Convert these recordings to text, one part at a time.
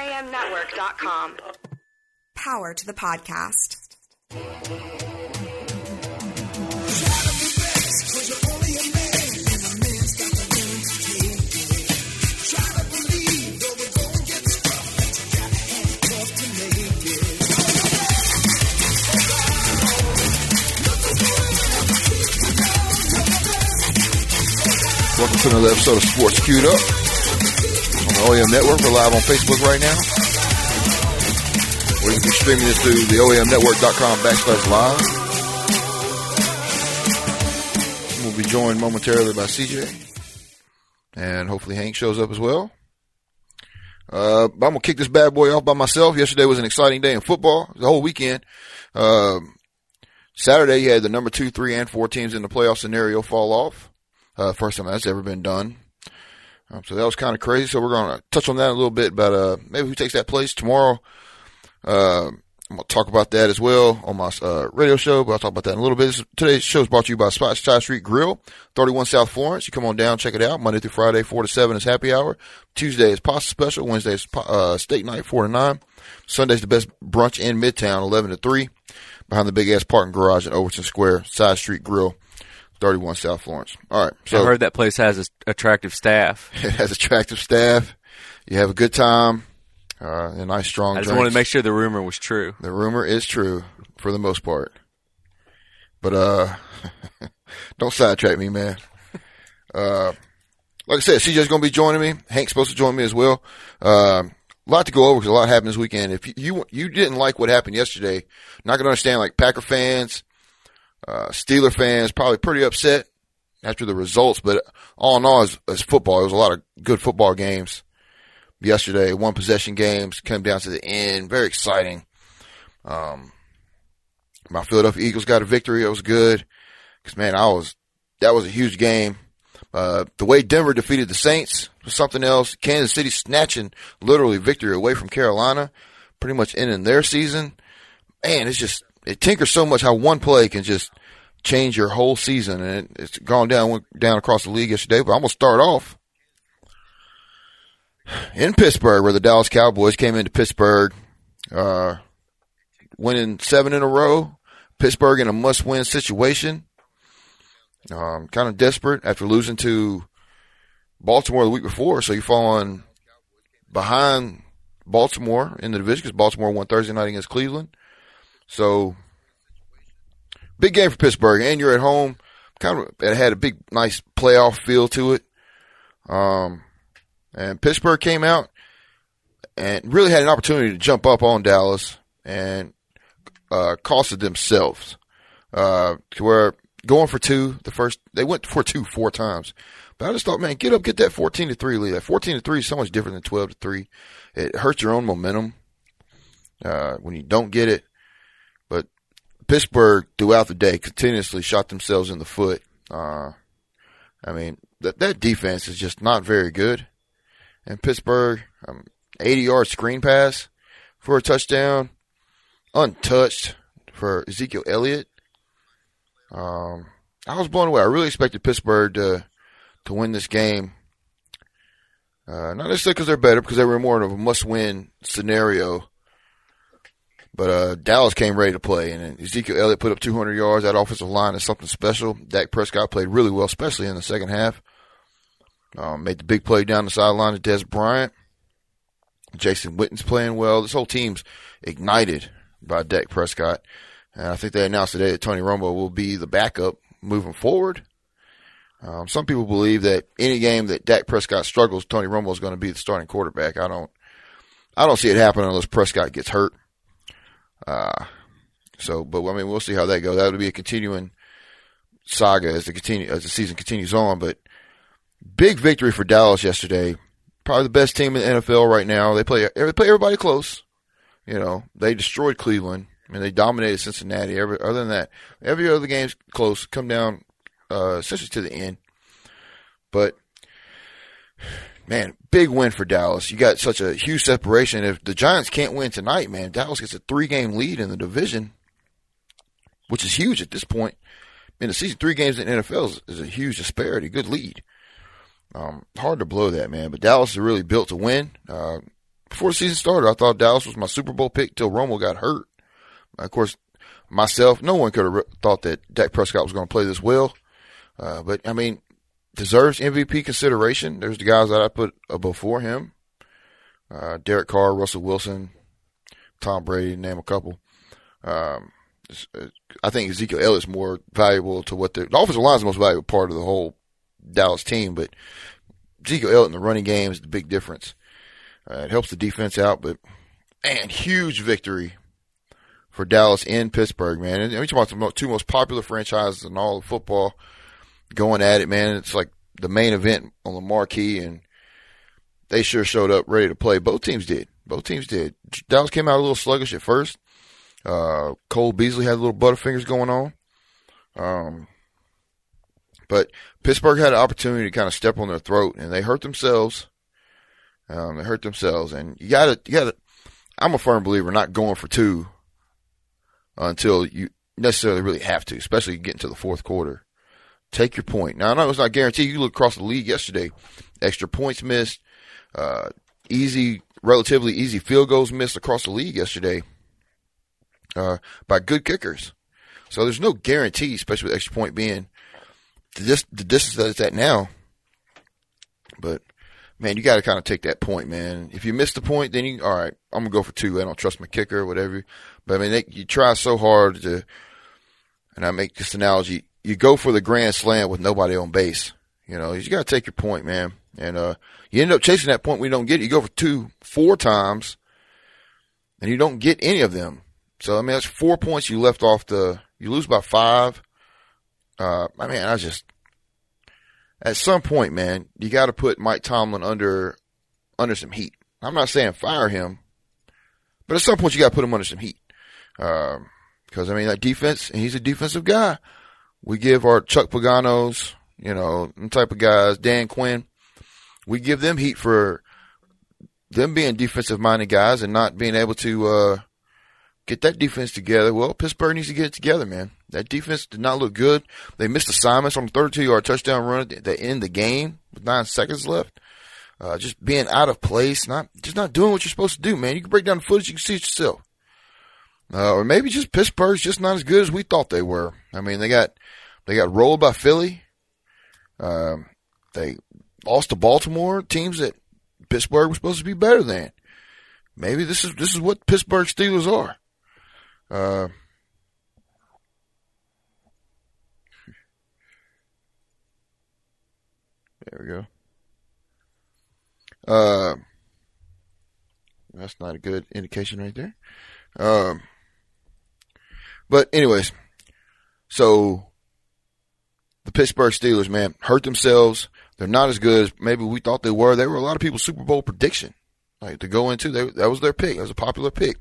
LAMnetwork.com. Power to the podcast. Welcome to another episode of Sports Queued Up on the OEM Network. We're live on Facebook right now. Or you can be streaming this through the OEMnetwork.com backslash live. We'll be joined momentarily by CJ. And hopefully Hank shows up as well. Uh, I'm going to kick this bad boy off by myself. Yesterday was an exciting day in football, the whole weekend. Um, Saturday, you had the number two, three, and four teams in the playoff scenario fall off. Uh, first time that's ever been done. Um, so that was kind of crazy. So we're going to touch on that a little bit, but uh, maybe who takes that place tomorrow. Uh, I'm going to talk about that as well on my uh, radio show, but I'll talk about that in a little bit. This, today's show is brought to you by Spot Side Street Grill, 31 South Florence. You come on down, check it out. Monday through Friday, 4 to 7 is happy hour. Tuesday is pasta special. Wednesday is pa- uh, steak night, 4 to 9. Sunday's the best brunch in Midtown, 11 to 3, behind the big ass parking garage at Overton Square, Side Street Grill, 31 South Florence. All right. So I heard that place has a- attractive staff. It has attractive staff. You have a good time. Uh, and nice strong. I just drinks. wanted to make sure the rumor was true. the rumor is true for the most part. But uh, don't sidetrack me, man. Uh, like I said, CJ's going to be joining me. Hank's supposed to join me as well. Um, a lot to go over because a lot happened this weekend. If you, you you didn't like what happened yesterday, not going to understand. Like Packer fans, uh, Steeler fans, probably pretty upset after the results. But all in all, as, as football, it was a lot of good football games yesterday. One possession games came down to the end. Very exciting. Um, my Philadelphia Eagles got a victory. It was good because man, I was that was a huge game. Uh, the way Denver defeated the Saints was something else. Kansas City snatching literally victory away from Carolina, pretty much ending their season. Man, it's just it tinkers so much how one play can just change your whole season, and it, it's gone down went down across the league yesterday. But I'm gonna start off in Pittsburgh, where the Dallas Cowboys came into Pittsburgh, uh, winning seven in a row. Pittsburgh in a must-win situation um, kind of desperate after losing to Baltimore the week before. So you're falling behind Baltimore in the division because Baltimore won Thursday night against Cleveland. So big game for Pittsburgh, and you're at home. Kind of it had a big, nice playoff feel to it. Um, and Pittsburgh came out and really had an opportunity to jump up on Dallas and uh, costed themselves uh, to where going for two the first they went for two four times. But I just thought, man, get up, get that fourteen to three lead. That fourteen to three is so much different than twelve to three. It hurts your own momentum uh, when you don't get it. But Pittsburgh throughout the day continuously shot themselves in the foot. Uh, I mean that that defense is just not very good. And Pittsburgh, um, eighty yard screen pass for a touchdown, untouched for Ezekiel Elliott. Um, I was blown away. I really expected Pittsburgh to to win this game. Uh, not necessarily because they're better, because they were more of a must-win scenario. But uh, Dallas came ready to play, and Ezekiel Elliott put up 200 yards. That offensive line is something special. Dak Prescott played really well, especially in the second half. Um, made the big play down the sideline to Des Bryant. Jason Witten's playing well. This whole team's ignited by Dak Prescott. And I think they announced today that Tony Romo will be the backup moving forward. Um, some people believe that any game that Dak Prescott struggles, Tony Romo is going to be the starting quarterback. I don't, I don't see it happening unless Prescott gets hurt. Uh, so, but I mean, we'll see how that goes. That'll be a continuing saga as the continue as the season continues on. But big victory for Dallas yesterday. Probably the best team in the NFL right now. They play they play everybody close. You know, they destroyed Cleveland. I mean, they dominated Cincinnati. Every, other than that, every other game's close. Come down uh, essentially to the end. But man, big win for Dallas. You got such a huge separation. If the Giants can't win tonight, man, Dallas gets a three-game lead in the division, which is huge at this point. In the season, three games in the NFL is, is a huge disparity. Good lead. Um, hard to blow that, man. But Dallas is really built to win. Uh, Before the season started, I thought Dallas was my Super Bowl pick till Romo got hurt. Of course, myself, no one could have re- thought that Dak Prescott was going to play this well. Uh, but I mean, deserves MVP consideration. There's the guys that I put uh, before him: uh, Derek Carr, Russell Wilson, Tom Brady, name a couple. Um, it's- it's- I think Ezekiel Elliott's more valuable to what the, the offensive line's the most valuable part of the whole Dallas team, but Ezekiel Elliott in the running game is the big difference. Uh, it helps the defense out, but man, huge victory for Dallas and Pittsburgh, man. And we're talking about the mo- two most popular franchises in all of football going at it, man. It's like the main event on the marquee, and they sure showed up ready to play. Both teams did. Both teams did. Dallas came out a little sluggish at first. Uh, Cole Beasley had little butterfingers going on. Um, but Pittsburgh had an opportunity to kind of step on their throat, and they hurt themselves. Um, they hurt themselves, and you got to, you got to. I'm a firm believer not going for two until you necessarily really have to, especially getting to the fourth quarter. Take your point. Now I know it's not guaranteed. You look across the league yesterday, extra points missed, uh, easy, relatively easy field goals missed across the league yesterday uh, by good kickers. So there's no guarantee, especially with extra point being the, dis- the distance that it's at now. But man, you got to kind of take that point, man. If you miss the point, then you all right. I'm gonna go for two. I don't trust my kicker, or whatever. But I mean, they, you try so hard to, and I make this analogy: you go for the grand slam with nobody on base. You know, you got to take your point, man. And uh, you end up chasing that point. We don't get it. You go for two, four times, and you don't get any of them. So I mean, that's four points you left off the. You lose by five. Uh, I mean, I just at some point, man, you got to put Mike Tomlin under under some heat. I'm not saying fire him, but at some point you got to put him under some heat. Because I mean, that defense, and he's a defensive guy. We give our Chuck Paganos, you know, them type of guys, Dan Quinn, we give them heat for them being defensive minded guys and not being able to uh, get that defense together. Well, Pittsburgh needs to get it together, man. That defense did not look good. They missed assignments on the 32 yard touchdown run at the end of the game with nine seconds left. Uh, just being out of place, not just not doing what you're supposed to do, man. You can break down the footage, you can see it yourself. Uh, or maybe just Pittsburgh's just not as good as we thought they were. I mean, they got they got rolled by Philly. Um, they lost to Baltimore, teams that Pittsburgh was supposed to be better than. Maybe this is this is what Pittsburgh Steelers are. Uh, there we go. Uh, that's not a good indication right there. Um, but anyways, so the Pittsburgh Steelers, man, hurt themselves. They're not as good as maybe we thought they were. They were a lot of people's Super Bowl prediction, like to go into. They, that was their pick. That was a popular pick.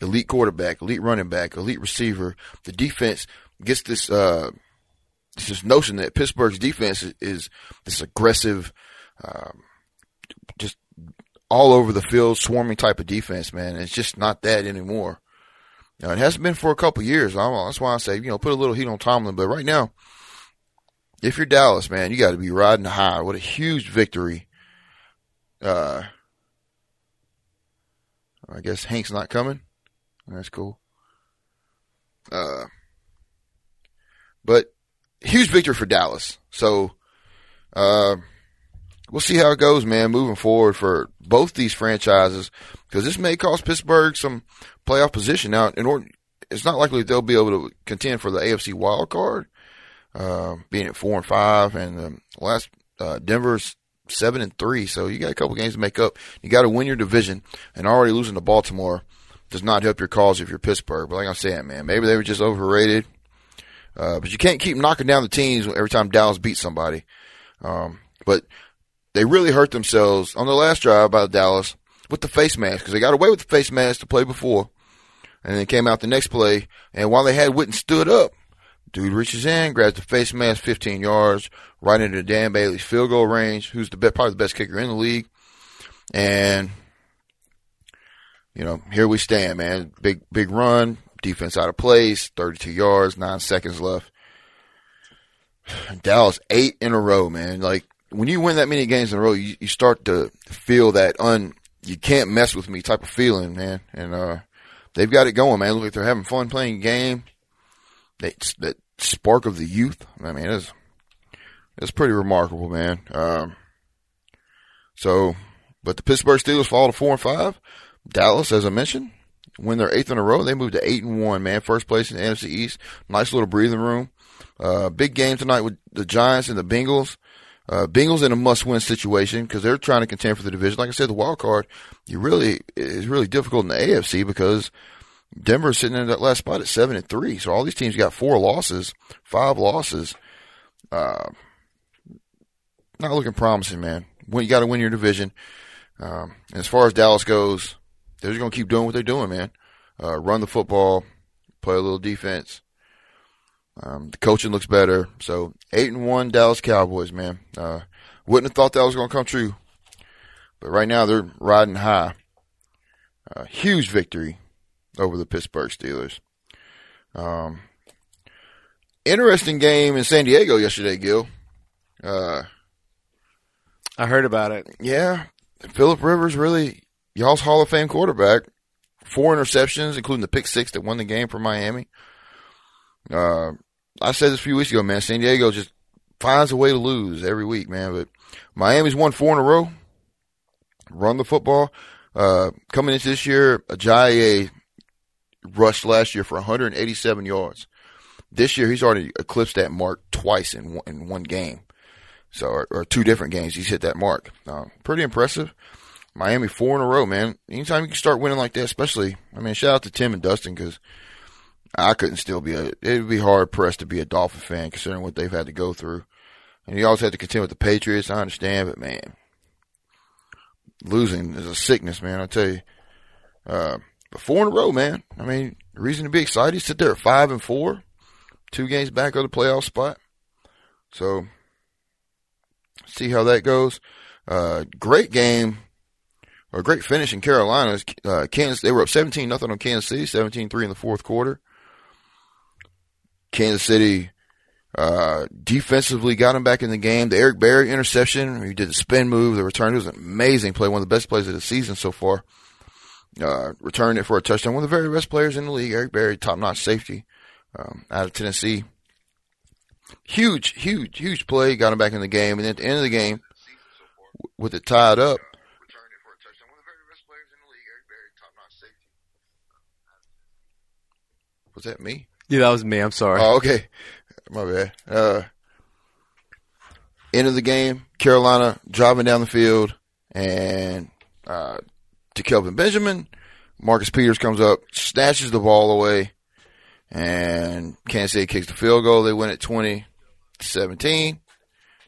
Elite quarterback, elite running back, elite receiver. The defense gets this uh, it's this notion that Pittsburgh's defense is, is this aggressive, um, just all over the field swarming type of defense, man. It's just not that anymore. Now, it hasn't been for a couple years. I'm, that's why I say, you know, put a little heat on Tomlin. But right now, if you're Dallas, man, you got to be riding high. What a huge victory. Uh, I guess Hank's not coming. That's cool. Uh, but huge victory for Dallas. So, uh, we'll see how it goes, man, moving forward for both these franchises because this may cost Pittsburgh some playoff position. Now, in order, it's not likely they'll be able to contend for the AFC wild card, uh, being at four and five, and um, last uh, Denver's seven and three. So you got a couple games to make up. You got to win your division, and already losing to Baltimore does not help your cause if you're Pittsburgh. But like I'm saying, man, maybe they were just overrated. Uh, but you can't keep knocking down the teams every time Dallas beats somebody. Um, but they really hurt themselves on the last drive by Dallas with the face mask because they got away with the face mask to play before, and then came out the next play. And while they had Witten stood up, dude reaches in, grabs the face mask, 15 yards, right into Dan Bailey's field goal range, who's the best, probably the best kicker in the league. And you know, here we stand, man. Big big run, defense out of place, 32 yards, nine seconds left. Dallas eight in a row, man. Like when you win that many games in a row, you, you start to feel that un you can't mess with me type of feeling, man. And uh, they've got it going, man. Look like they're having fun playing game. That that spark of the youth. I mean, it's it's pretty remarkable, man. Um, so, but the Pittsburgh Steelers fall to four and five. Dallas, as I mentioned, win their eighth in a row. They moved to eight and one, man. First place in the NFC East. Nice little breathing room. Uh, big game tonight with the Giants and the Bengals. Uh, Bengals in a must-win situation because they're trying to contend for the division. Like I said, the wild card, you really is really difficult in the AFC because Denver's sitting in that last spot at seven and three. So all these teams got four losses, five losses. Uh, not looking promising, man. When you got to win your division. Um, as far as Dallas goes, they're just gonna keep doing what they're doing, man. Uh, run the football, play a little defense. Um, the coaching looks better. So eight and one Dallas Cowboys, man. Uh, wouldn't have thought that was going to come true, but right now they're riding high. Uh, huge victory over the Pittsburgh Steelers. Um, interesting game in San Diego yesterday, Gil. Uh, I heard about it. yeah, Philip Rivers really y'all's Hall of Fame quarterback. Four interceptions, including the pick six that won the game for Miami. Uh, I said this a few weeks ago, man. San Diego just finds a way to lose every week, man. But Miami's won four in a row. Run the football. Uh, coming into this year, Ajayi rushed last year for 187 yards. This year, he's already eclipsed that mark twice in one, in one game. So, or, or two different games, he's hit that mark. Uh, pretty impressive. Miami four in a row, man. Anytime you can start winning like that, especially, I mean, shout out to Tim and Dustin because I couldn't still be a. It'd be hard pressed to be a Dolphin fan considering what they've had to go through. And you always had to contend with the Patriots. I understand, but man, losing is a sickness, man. I tell you. Uh, but four in a row, man. I mean, reason to be excited. You sit there at five and four, two games back of the playoff spot. So, see how that goes. Uh, great game a great finish in Carolina. Uh, Kansas, they were up 17 nothing on Kansas City, 17-3 in the fourth quarter. Kansas City uh, defensively got him back in the game. The Eric Berry interception, he did the spin move, the return. It was an amazing play, one of the best plays of the season so far. Uh, returned it for a touchdown. One of the very best players in the league, Eric Berry, top-notch safety um, out of Tennessee. Huge, huge, huge play. Got him back in the game. And at the end of the game, w- with it tied up, was that me? Yeah, that was me. I'm sorry. Oh, okay. My bad. Uh, end of the game, Carolina driving down the field, and uh, to Kelvin Benjamin, Marcus Peters comes up, snatches the ball away, and Kansas City kicks the field goal. They win at 20 17.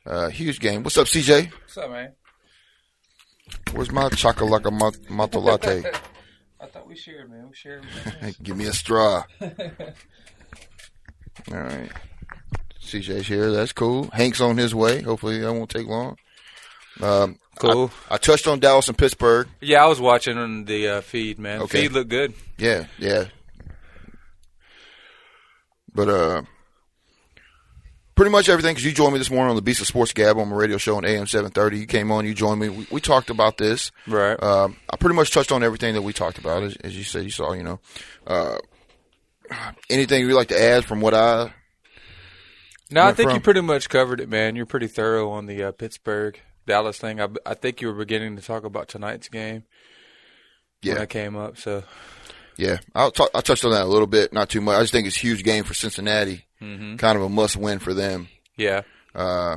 Uh, huge game. What's up, CJ? What's up, man? Where's my chocolate mat- mata latte? I thought we shared, man. We shared. everything else. Give me a straw. All right. CJ's here. That's cool. Hank's on his way. Hopefully that won't take long. Um, Cool. I, I touched on Dallas and Pittsburgh. yeah, I was watching on the uh, feed, man. Okay. Feed looked good. Yeah, yeah. But uh, pretty much everything. Because you joined me this morning on the Beast of Sports Gab on my radio show on AM seven thirty. You came on. You joined me. We, we talked about this. Right. Um, I pretty much touched on everything that we talked about, as, as you said. You saw. You know. Uh, anything you'd like to add from what I? no, I went think you from- pretty much covered it, man. You're pretty thorough on the uh, Pittsburgh Dallas thing. I, I think you were beginning to talk about tonight's game when Yeah. I came up. So Yeah, I'll talk, I touched on that a little bit, not too much. I just think it's a huge game for Cincinnati, Mm-hmm. kind of a must win for them. yeah, Uh,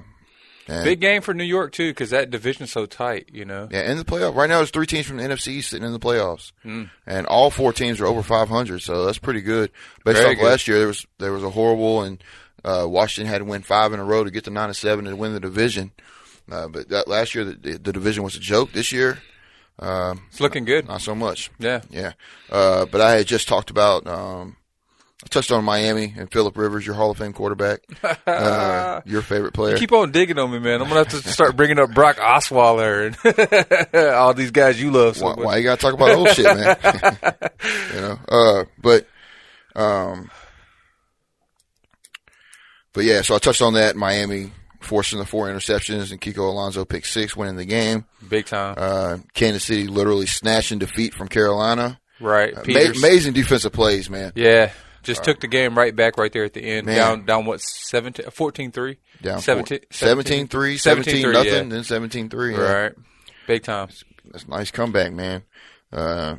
and, big game for New York too, because that division's so tight. You know. yeah, in the playoff right now, there's three teams from the NFC sitting in the playoffs, Hmm. and all four teams are over 500, so that's pretty good. Based Very off good. last year, there was there was a horrible, and uh, Washington had to win five in a row to get to nine and seven and win the division. Uh, but that last year, the, the, the division was a joke. This year, It's looking good. not so much. Yeah. Yeah. Uh, but I had just talked about, um, I touched on Miami and Philip Rivers, your Hall of Fame quarterback, uh, your favorite player. You keep on digging on me, man. I'm gonna have to start bringing up Brock Osweiler and all these guys you love so why, much. why you gotta talk about old shit, man? you know, uh, but, um, but yeah, so I touched on that Miami forcing the four interceptions, and Kiko Alonso picked six, winning the game. Big time. Uh, Kansas City literally snatching defeat from Carolina. right. Uh, ma- Peters. amazing defensive plays, man. yeah. Just took the game right back right there at the end. Man. Down down what 17 14-3. Down 17 17 3, 17 17-3, nothing, yeah. then 17 3. Right. Big time. That's a nice comeback, man. Uh,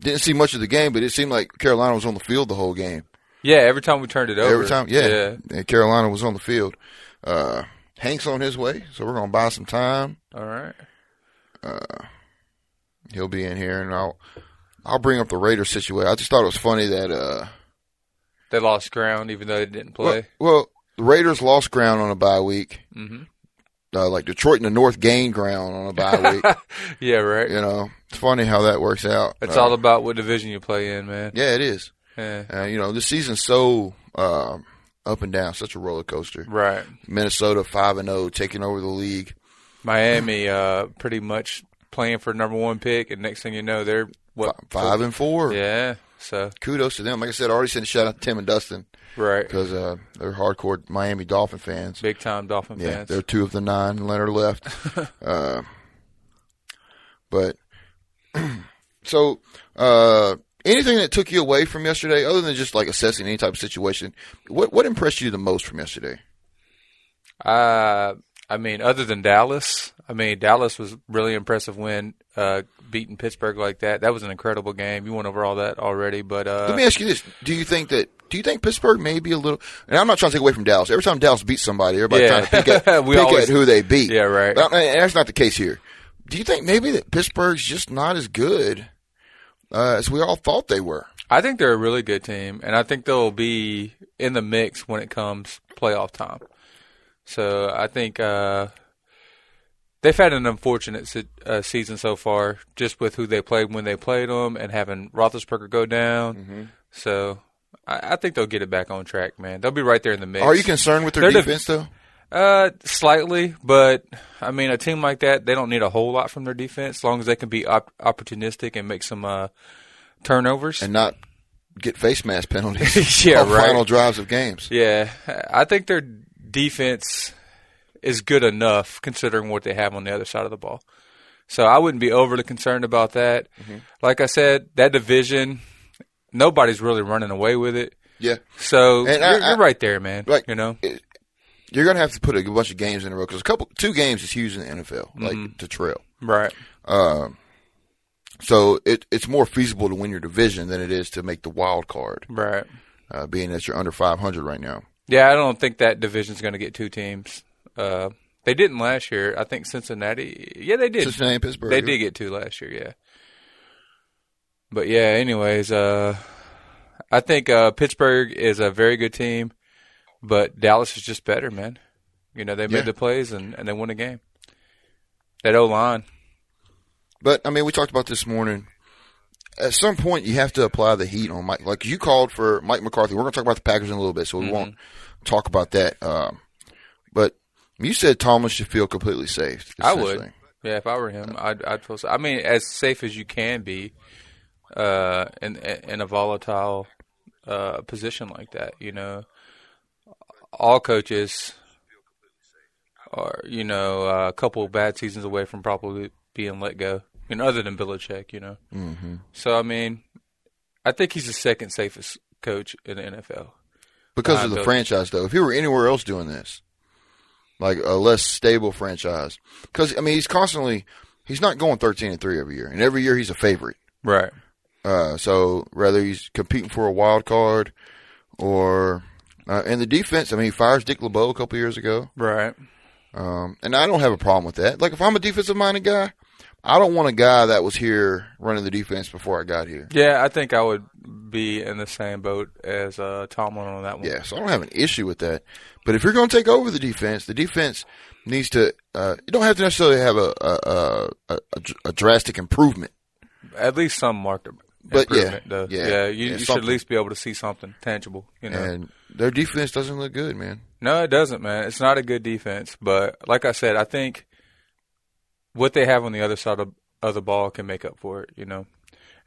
didn't see much of the game, but it seemed like Carolina was on the field the whole game. Yeah, every time we turned it over. Every time, yeah. And Carolina was on the field. Uh, Hank's on his way, so we're going to buy some time. All right. He'll be in here, and I'll I'll bring up the Raiders situation. I just thought it was funny that uh, They lost ground even though they didn't well, play. well, the Raiders lost ground on a bye week. Mhm. Uh, like Detroit and the North gained ground on a bye week. Yeah, right. you know, it's funny how that works out. It's Uh, all about what division you play in, man. yeah, it is. Yeah. Uh, you know, this season's so um, up and down, such a roller coaster. Right. Minnesota five and zero, taking over the league. Miami uh pretty much playing for number 1 pick and next thing you know they're what Fi- Five and four. Yeah. So, Kudos to them. Like I said, I already sent a shout out to Tim and Dustin right. because uh, they're hardcore Miami Dolphin fans. Big time Dolphin yeah, fans. they're two of the nine. Leonard left, uh, but so uh, anything that took you away from yesterday, other than just like assessing any type of situation, what what impressed you the most from yesterday? Uh, I mean, other than Dallas, I mean, Dallas was really impressive win, uh, beating Pittsburgh like that. That was an incredible game. You went over all that already, but Let uh, me ask you this: Do you think that? Do you think Pittsburgh may be a little? And I'm not trying to take away from Dallas. Every time Dallas beats somebody, everybody's trying Yeah. to pick, at, We pick at always- who they beat. Yeah, right. But, I mean, that's not the case here. Do you think maybe that Pittsburgh's just not as good uh, as we all thought they were? I think they're a really good team, and I think they'll be in the mix when it comes playoff time. So I think uh, they've had an unfortunate se- uh, season so far, just with who they played when they played them, and having Roethlisberger go down. Mm-hmm. So I-, I think they'll get it back on track, man. They'll be right there in the mix. Are you concerned with their They're the- defense though? Uh, slightly, but I mean, a team like that, they don't need a whole lot from their defense, as long as they can be op- opportunistic and make some uh, turnovers. and not get face mask penalties Yeah, on right. final drives of games. yeah, I think their defense is good enough considering what they have on the other side of the ball. So I wouldn't be overly concerned about that. Mm-hmm. Like I said, that division, nobody's really running away with it. Yeah, So And you're, I- I- you're right there, man. like you know, it- you're gonna have to put a bunch of games in a row because a couple, two games is huge in the NFL, Mm-hmm. like to trail. right? So it, it's more feasible to win your division than it is to make the wild card, Right. uh, being that you're under 500 right now. Yeah, I don't think that division's going to get two teams. Uh, they didn't last year. I think Cincinnati. Yeah, they did. Cincinnati, and Pittsburgh. They did get two last year. Yeah. But yeah, anyways, uh, I think uh, Pittsburgh is a very good team, but Dallas is just better, man. You know, they made Yeah. the plays and, and they won the game. That O line, But I mean, we talked about this morning. At some point, you have to apply the heat on Mike. Like you called for Mike McCarthy. We're going to talk about the Packers in a little bit, so we Mm-hmm. won't talk about that. Um, but you said Thomas should feel completely safe. I would. essentially. Yeah, if I were him, I'd, I'd feel. So. I mean, as safe as you can be, uh, in in a volatile uh, position like that, you know, all coaches are you know a couple of bad seasons away from probably being let go. You know, other than Belichick, you know. Mm-hmm. So I mean, I think he's the second safest coach in the NFL. because I of the don't- franchise, though. If he were anywhere else doing this, like a less stable franchise, because I mean, he's constantly he's not going 13 and three every year, and every year he's a favorite. Right. Uh, so rather he's competing for a wild card or uh, and the defense. I mean, he fires Dick LeBeau a couple years ago, Right. um, and I don't have a problem with that. Like if I'm a defensive minded guy, I don't want a guy that was here running the defense before I got here. Yeah, I think I would be in the same boat as uh, Tomlin on that one. Yeah, so I don't have an issue with that. But if you're going to take over the defense, the defense needs to. Uh, you don't have to necessarily have a a, a, a, a dr- a drastic improvement. at least some marked But but yeah, improvement, though. yeah, yeah, Yeah, you, you should at something. least be able to see something tangible. You know, And their defense doesn't look good, man. no, it doesn't, man. It's not a good defense, but like I said, I think what they have on the other side of, of the ball can make up for it. You know,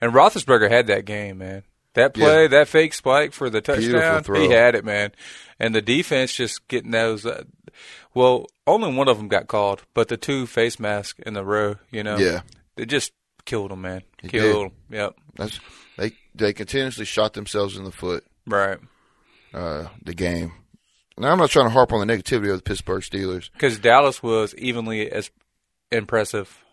and Roethlisberger had that game, man. That play, that fake spike for the Beautiful touchdown, throw. he had it, man. And the defense just getting those. Uh, well, only one of them got called, but the two face masks in the row, you know, Yeah. they just killed him, man. It did. killed him. Yep. That's they they continuously shot themselves in the foot. Right. Uh, the game. Now I'm not trying to harp on the negativity of the Pittsburgh Steelers. Because Dallas was evenly as impressive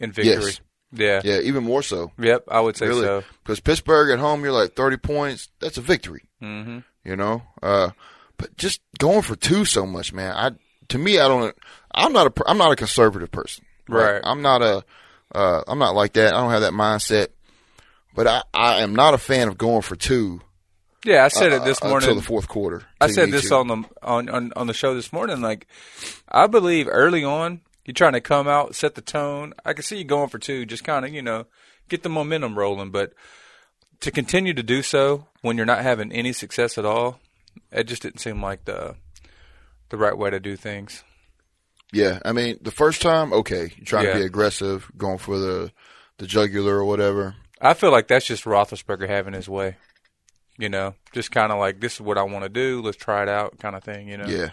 in victory. Yes. Yeah. Yeah, even more so. Yep. I would say really, so. because Pittsburgh at home, you're like 30 points. That's a victory. Mhm. You know, uh, but just going for two so much, man. I to me, I don't. I'm not a. per- I'm not a conservative person. Right. I'm not a. Uh, I'm not like that. I don't have that mindset. But I, I am not a fan of going for two Yeah. I said it this uh, morning. until the fourth quarter. I till you said need this to. on the on, on on the show this morning. Like, I believe early on, you're trying to come out, set the tone. I can see you going for two, just kind of you know get the momentum rolling. But to continue to do so when you're not having any success at all, it just didn't seem like the the right way to do things. Yeah, I mean, the first time, okay, you're trying to Yeah. be aggressive, going for the the jugular or whatever. I feel like that's just Roethlisberger having his way. You know, just kind of like this is what I want to do. Let's try it out, kind of thing. You know. Yeah,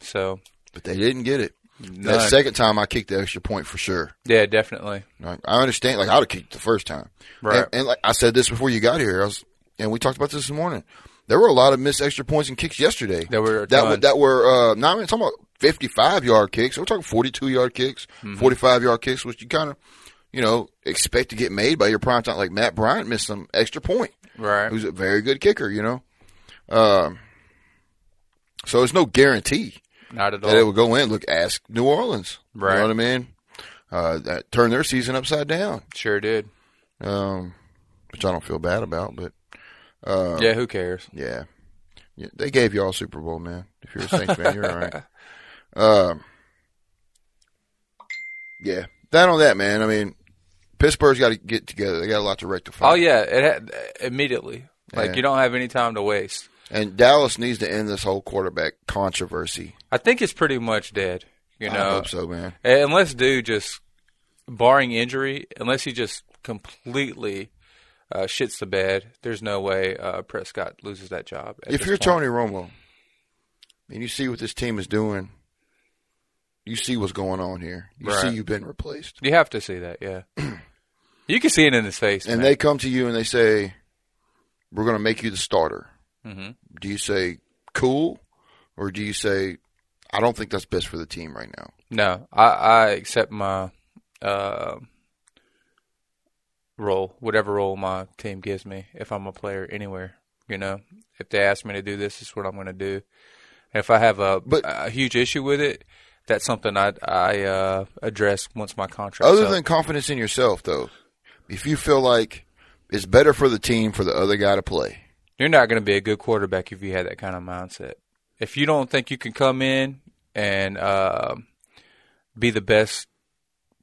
So. but they didn't get it. That none. second time, I kicked the extra point for sure. yeah, definitely. Like, I understand. Like I would have kicked the first time, Right. And, and like I said this before you got here, I was, and we talked about this this morning. There were a lot of missed extra points and kicks yesterday. There were a that ton. were that were uh, not even talking about fifty-five yard kicks. We're talking forty-two yard kicks, Mm-hmm. forty-five yard kicks, which you kind of, you know, expect to get made by your prime time. Like Matt Bryant missed some extra point. Right. Who's a very good kicker, you know. Um, so it's no guarantee Not at all. that it would go in. Look, ask New Orleans. You Right. know what I mean? Uh, that turned their season upside down, Sure did. um, which I don't feel bad about, but Uh, yeah, who cares? yeah. yeah they gave y'all a Super Bowl, man. If you're a Saints fan, you're all right. Um, yeah. That on that, man. I mean, Pittsburgh's got to get together. They got a lot to rectify. Oh yeah, it had, immediately. Like Yeah. you don't have any time to waste. And Dallas needs to end this whole quarterback controversy. I think it's pretty much dead. You know, I hope so, man. And unless dude just barring injury, unless he just completely uh, shits the bed, there's no way uh, Prescott loses that job. at if this you're point. Tony Romo and you see what this team is doing, you see what's going on here. You see Right. you've been replaced. you have to see that. Yeah, you can see it in his face. And man. they come to you and they say, We're going to make you the starter. Mhm. Do you say, Cool? Or do you say, I don't think that's best for the team right now? no, I, I accept my uh, role, whatever role my team gives me. If I'm a player anywhere, you know, if they ask me to do this, this is what I'm going to do. If I have a, But- a huge issue with it, that's something I I uh, address once my contract. Other than confidence in yourself, though, if you feel like it's better for the team for the other guy to play, you're not going to be a good quarterback if you had that kind of mindset. If you don't think you can come in and uh, be the best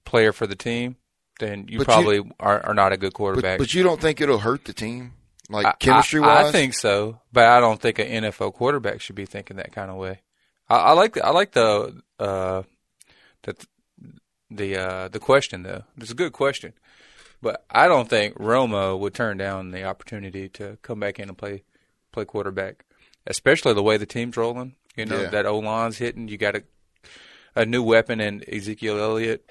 player for the team, then you But you- probably are, are not a good but, quarterback. but you don't think it'll hurt the team? Like I- chemistry I, wise? I think so, but I don't think an NFL quarterback should be thinking that kind of way. I, I like I like the uh, the the uh, the question though. It's a good question, but I don't think Romo would turn down the opportunity to come back in and play play quarterback, especially the way the team's rolling. You know Yeah. that O line's hitting. You got a a new weapon in Ezekiel Elliott.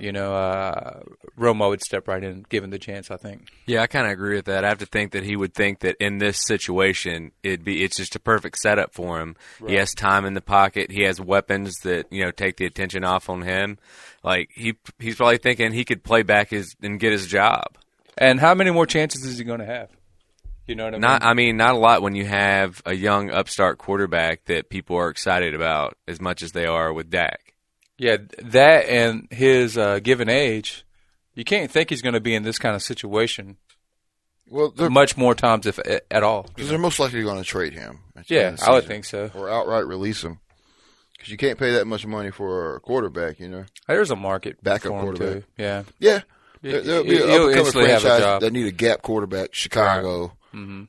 You know, uh, Romo would step right in, given the chance. I think. Yeah, I kind of agree with that. I have to think that he would think that in this situation, it'd be it's just a perfect setup for him. He has time in the pocket. He has weapons that you know take the attention off on him. Like he he's probably thinking he could play back his and get his job. And how many more chances is he going to have? You know what I mean? Not I mean not a lot when you have a young upstart quarterback that people are excited about as much as they are with Dak. yeah, th- that and his uh, given age, you can't think he's going to be in this kind of situation well, they're, much more times, if a- at all. Because they're most likely going to trade him. at the end Yeah, of the I would season. think so. Or outright release him. Because you can't pay that much money for a quarterback, you know? There's a market Backup for him quarterback. too. Yeah, Yeah. There, there'll be He'll an up-and-coming instantly have a franchise job. Mm-hmm. that need a gap quarterback. Chicago,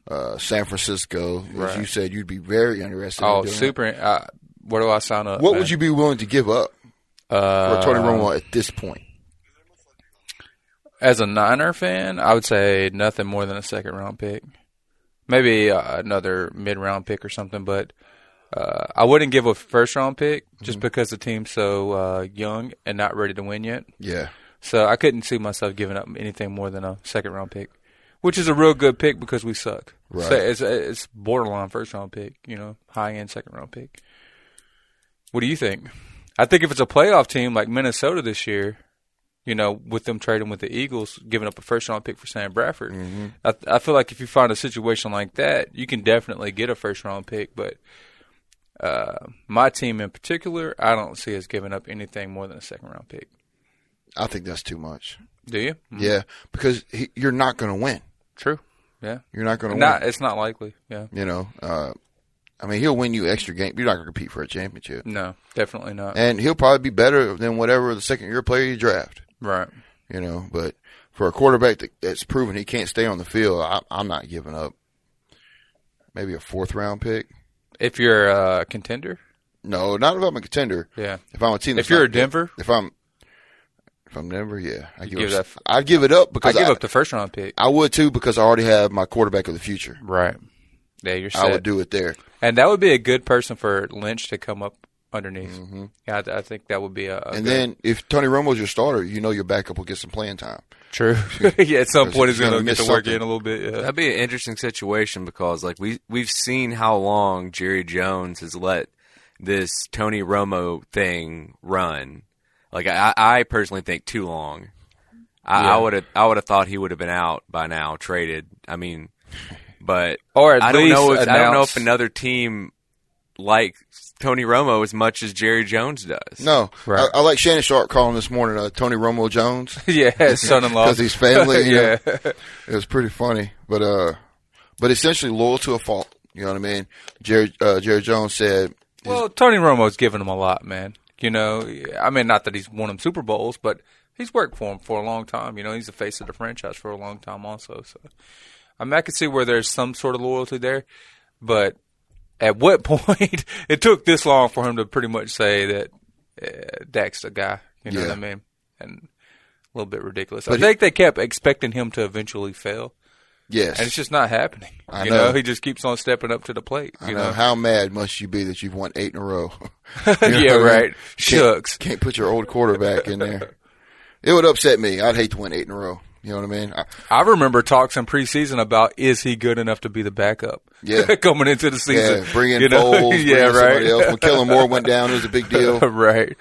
uh, San Francisco. As Right. you said, you'd be very interested in Oh, doing super. Uh, where do I sign that. up? What man? would you be willing to give up Uh, for Tony Romo at this point? as a Niner fan, I would say nothing more than a second round pick, maybe uh, another mid round pick or something. But uh, I wouldn't give a first round pick Mm-hmm. just because the team's so uh, young and not ready to win yet. Yeah. So I couldn't see myself giving up anything more than a second round pick, which is a real good pick because we suck. Right. So it's it's borderline first round pick, you know, high end second round pick. What do you think? I think if it's a playoff team like Minnesota this year, you know, with them trading with the Eagles, giving up a first round pick for Sam Bradford, I, I feel like if you find a situation like that, you can definitely get a first round pick. But uh, my team in particular, I don't see us giving up anything more than a second round pick. I think that's too much. Do you? Yeah, because he, you're not going to win. True. Yeah. You're not going to win. Not. It's not likely. Yeah. You know, uh, I mean, he'll win you extra game. You're not going to compete for a championship, No. Definitely not. and he'll probably be better than whatever the second year player you draft. Right. You know, but for a quarterback that, that's proven he can't stay on the field, I, I'm not giving up. Maybe a fourth round pick. If you're a contender. No, not if I'm a contender. Yeah. If I'm a team, that's if you're not a Denver, if I'm if I'm Denver, yeah, I give, give up. that- I'd give it up I because I, give up the first round pick. I would too because I already have my quarterback of the future. Right. Yeah, you're set. I would do it there. and that would be a good person for Lynch to come up underneath. Yeah, I, th- I think that would be a. a Mm-hmm. And good- then if Tony Romo's your starter, you know your backup will get some playing time. true. yeah, at some point he's he's going gonna to get miss to work something. in a little bit. Yeah. That'd be an interesting situation because like we we've seen how long Jerry Jones has let this Tony Romo thing run. Like I, I personally think too long. I, I would have I would have thought he would have been out by now, traded. I mean, but Or at I don't know. If, least I don't know if announce- another team like Tony Romo as much as Jerry Jones does. No, Right. I, I like Shannon Sharp calling this morning uh, Tony Romo Jones yeah, his son-in-law. because he's family. you know? yeah. it was pretty funny, but uh, but essentially loyal to a fault. You know what I mean? Jerry uh, Jerry Jones said, Well, Tony Romo's given him a lot, man. You know, I mean, not that he's won him Super Bowls, but he's worked for him for a long time. You know, he's the face of the franchise for a long time, also. So, I mean, I can see where there's some sort of loyalty there, but at what point it took this long for him to pretty much say that uh, Dak's the guy? You know Yeah. what I mean? And a little bit ridiculous. I But he- think they kept expecting him to eventually fail, "Yes, and it's just not happening. I you know. he just keeps on stepping up to the plate. I you know, know, how mad must you be that you've won eight in a row? You know what yeah, I mean? right. Can't- Shucks. Can't, put your old quarterback in there. It would upset me. I'd hate to win eight in a row. You know what I mean? I, I remember talks in preseason about is he good enough to be the backup? Yeah. coming into the season. yeah, bring in uh, you know? Foles. yeah, bring in Somebody else. right. When Kellen Moore went down, it was a big deal. right.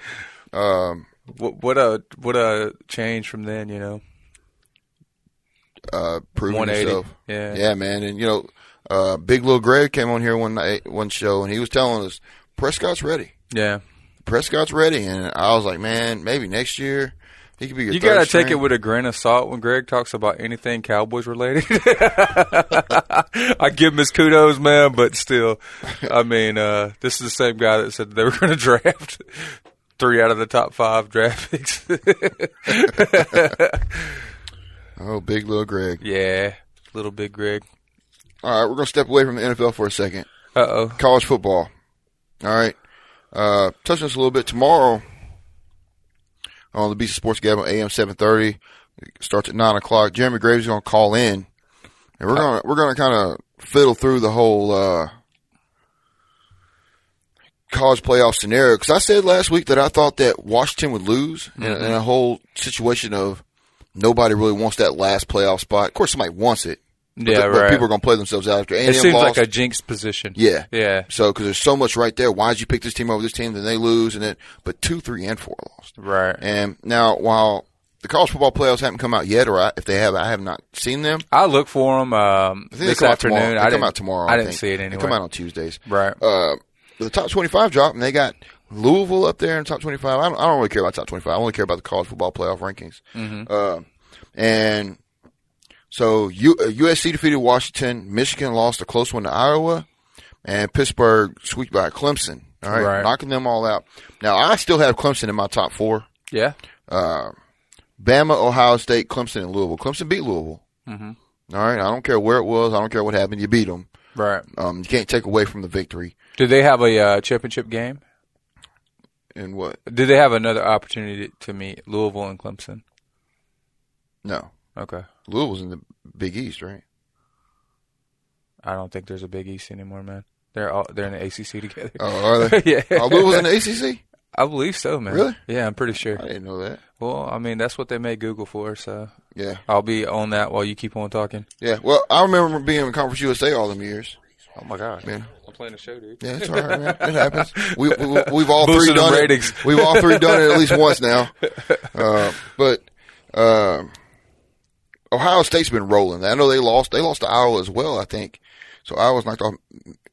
Um, What, what a what a change from then. You know. uh, proving 180. himself. Yeah. yeah, man. And you know, uh, Big Little Greg came on here one night, one show, and he was telling us Prescott's ready. Yeah. Prescott's ready, and I was like, man, maybe next year he could be your. You third gotta take it string. with a grain of salt when Greg talks about anything Cowboys related. I give him his kudos, man, but still, I mean, uh, this is the same guy that said they were gonna draft three out of the top five draft picks. oh, Big Little Greg. yeah, little big Greg. All right, we're gonna step away from the NFL for a second. Uh oh. college football. All right. Uh, touch on this a little bit tomorrow on the Beast of Sports Gab on AM seven thirty. Starts at nine o'clock. Jeremy Graves is gonna call in, and we're gonna we're gonna kind of fiddle through the whole uh, college playoff scenario. Because I said last week that I thought that Washington would lose, and and Mm-hmm. a whole situation of nobody really wants that last playoff spot. Of course, somebody wants it. but Yeah, the- but right. people are gonna play themselves out after. A&M It seems lost. like a jinx position. Yeah. Yeah. So, because there's so much right there. Why did you pick this team over this team? Then they lose, and then but two, three, and four lost. Right. And now, while the college football playoffs haven't come out yet, or I, if they have, I have not seen them. I look for them um, I think this they come Out afternoon. tomorrow. They I come didn't, out tomorrow. I, I, didn't think. see it They anyway. come out on Tuesdays. Right. Uh, the top 25 drop, and they got Louisville up there in top 25. I don't, I don't really care about top 25. I only care about the college football playoff rankings. Uh, and so U, uh, USC defeated Washington. Michigan lost a close one to Iowa. And Pittsburgh squeaked by Clemson. All right, Right. Knocking them all out. Now, I still have Clemson in my top four. yeah. Bama, Ohio State, Clemson, and Louisville. Clemson beat Louisville. Mm-hmm. right. I don't care where it was. I don't care what happened. You beat them. Right. Um, you can't take away from the victory. Do they have a uh, championship game? And what? Do they have another opportunity to meet Louisville and Clemson? No, Okay. Louisville's in the Big East, right? I don't think there's a Big East anymore, man. They're all they're in the ACC together. Oh, are they? yeah, oh, Louisville's in the ACC. I believe so, man. Really? Yeah, I'm pretty sure. I didn't know that. Well, I mean, that's what they made Google for, so Yeah, I'll be on that while you keep on talking. yeah. Well, I remember being in Conference USA all them years. Oh my god, Man. I'm playing a show, dude. Yeah, it's all right, man. It happens. We, we, we've all three Boosting them done ratings. it. We've all three done it at least once now. Uh, but um, Ohio State's been rolling. I know they lost. They lost to Iowa as well, I think. So Iowa's knocked off,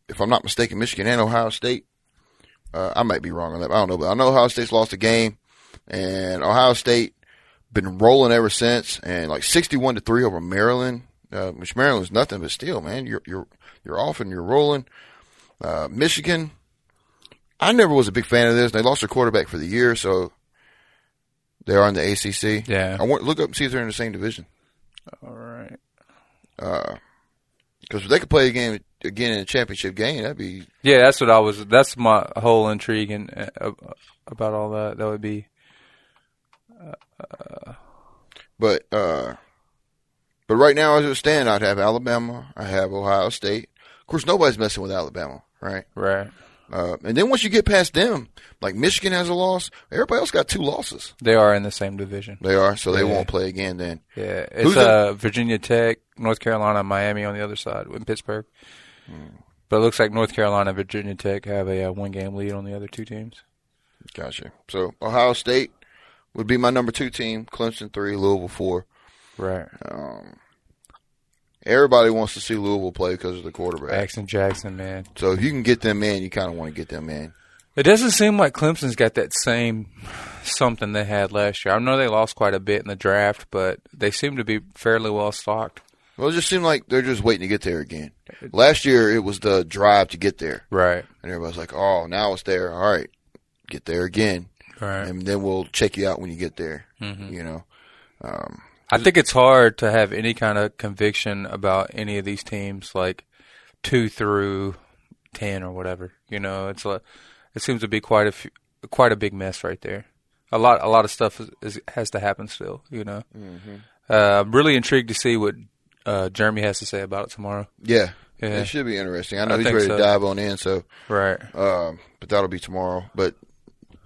if I'm not mistaken, Michigan and Ohio State. Uh, I might be wrong on that. but I don't know, but I know Ohio State's lost a game, and Ohio State been rolling ever since. And like 61 to three over Maryland, uh, which Maryland's nothing but still, man. You're you're you're off and you're rolling. Uh, Michigan. I never was a big fan of this. They lost their quarterback for the year, so they are in the ACC. Yeah. I want look up and see if they're in the same division All right. because if they could play a game again in a championship game, that'd be Yeah, that's what I was. That's my whole intrigue and uh, about all that. That would be But uh, but right now, as it stands, I'd have Alabama. I have Ohio State. Of course, nobody's messing with Alabama, right? right. Uh, and then once you get past them, like Michigan has a loss. Everybody else got two losses. They are in the same division. They are so they Yeah. won't play again. Then Yeah, it's Who's uh, Virginia Tech, North Carolina, and Miami on the other side, and Pittsburgh. But it looks like North Carolina and Virginia Tech have a uh, one-game lead on the other two teams. gotcha. So Ohio State would be my number two team. Clemson three, Louisville four. Um, Right. Everybody wants to see Louisville play because of the quarterback. Jackson Jackson, man. So if you can get them in, you kind of want to get them in. It doesn't seem like Clemson's got that same something they had last year. I know they lost quite a bit in the draft, but they seem to be fairly well stocked. Well, it just seemed like they're just waiting to get there again. Last year, it was the drive to get there. Right. And everybody's like, oh, now it's there. All right, get there again. Right. Mm-hmm. And then we'll check you out when you get there. You know? I think it's hard to have any kind of conviction about any of these teams, like two through ten or whatever. You know, it's like it seems to be quite a few, quite a big mess right there. A lot, a lot of stuff is, is, has to happen still. You know, uh, I'm really intrigued to see what uh, Jeremy has to say about it tomorrow. Yeah. Yeah. It should be interesting. I know I he's think ready so. to dive on in, so, Right. um, but that'll be tomorrow. But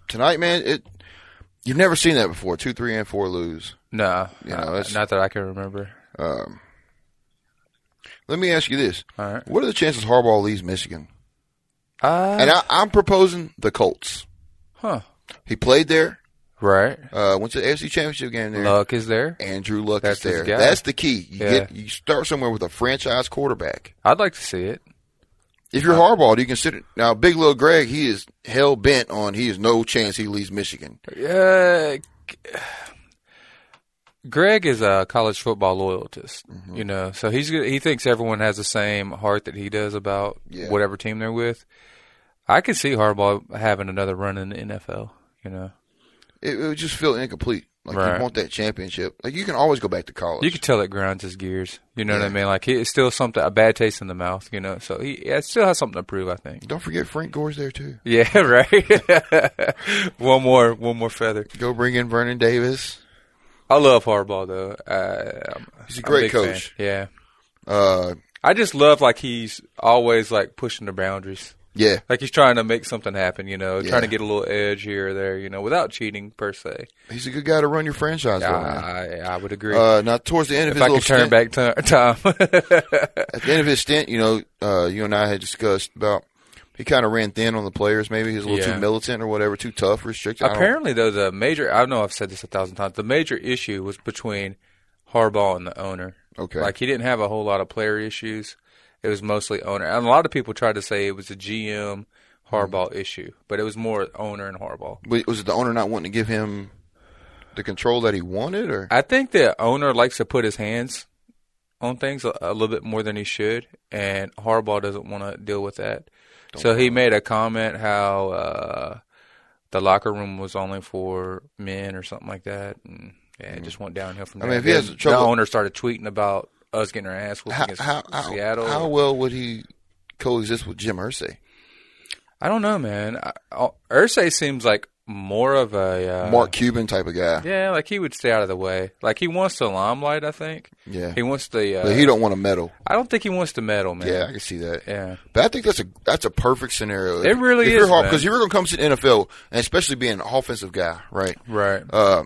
tonight, man, it, you've never seen that before. Two, three, and four lose. No, Yeah, uh, that's- not that I can remember. Let me ask you this. All right. What are the chances Harbaugh leaves Michigan? Uh, And I, I'm proposing the Colts. huh. He played there, Right. uh, went to the AFC Championship game there. Luck is there. Andrew Luck That's is his there. guy. That's the key. You Yeah. get you start somewhere with a franchise quarterback. I'd like to see it. If you're Uh, Harbaugh, do you consider now Big Little Greg? He is hell bent on he is no chance he leaves Michigan. Uh, Greg is a college football loyalist, Mm-hmm. you know, so he's gonna- he thinks everyone has the same heart that he does about Yeah. whatever team they're with. I could see Harbaugh having another run in the NFL, you know. It, it would just feel incomplete. Like Right. you want that championship. Like you can always go back to college. You could tell it grinds his gears, you know what I Yeah. mean? Like he, it's still something a bad taste in the mouth, you know. So he yeah, still has something to prove, I think. Don't forget Frank Gore's there too. Yeah, right. one more, one more feather. Go bring in Vernon Davis. I love Harbaugh though. Uh, I'm- He's a I'm great big fan. coach. Yeah. Uh, I just love like he's always like pushing the boundaries. yeah, Like he's trying to make something happen, you know, Yeah. trying to get a little edge here or there, you know, without cheating per se. he's a good guy to run your franchise. I, though, man. I, I would agree. Uh, now towards the end of his if I little could turn stint- back ti- time, at the end of his stint, you know, uh, you and I had discussed about he kind of ran thin on the players. Maybe he was a little Yeah. too militant or whatever, too tough, restricted. I don't- apparently though the major I know I've said this a thousand times. The major issue was between Harbaugh and the owner. Okay. like he didn't have a whole lot of player issues. It was mostly owner, and a lot of people tried to say it was a GM Mm-hmm. Harbaugh issue, but it was more owner and Harbaugh. But was it the owner not wanting to give him the control that he wanted, or I think the owner likes to put his hands on things a, a little bit more than he should, and Harbaugh doesn't want to deal with that. so he made a comment how uh, the locker room was only for men or something like that, and yeah, it just went downhill from Hmm. I mean, there. if he has Then trouble- the owner started tweeting about us getting our ass whooped how against how, how, Seattle. how well would he coexist with Jim Irsay? I don't know, man. I, I, Ursay seems like more of a uh, Mark Cuban type of guy. Yeah, like he would stay out of the way. Like he wants the limelight. I think Yeah, he wants the. Uh, but he don't want a medal. I don't think he wants the medal, man. Yeah, I can see that. Yeah. But I think that's a that's a perfect scenario. It really if is, You're hard, man. because you're gonna come to the NFL, and especially being an offensive guy, right? Right. Uh,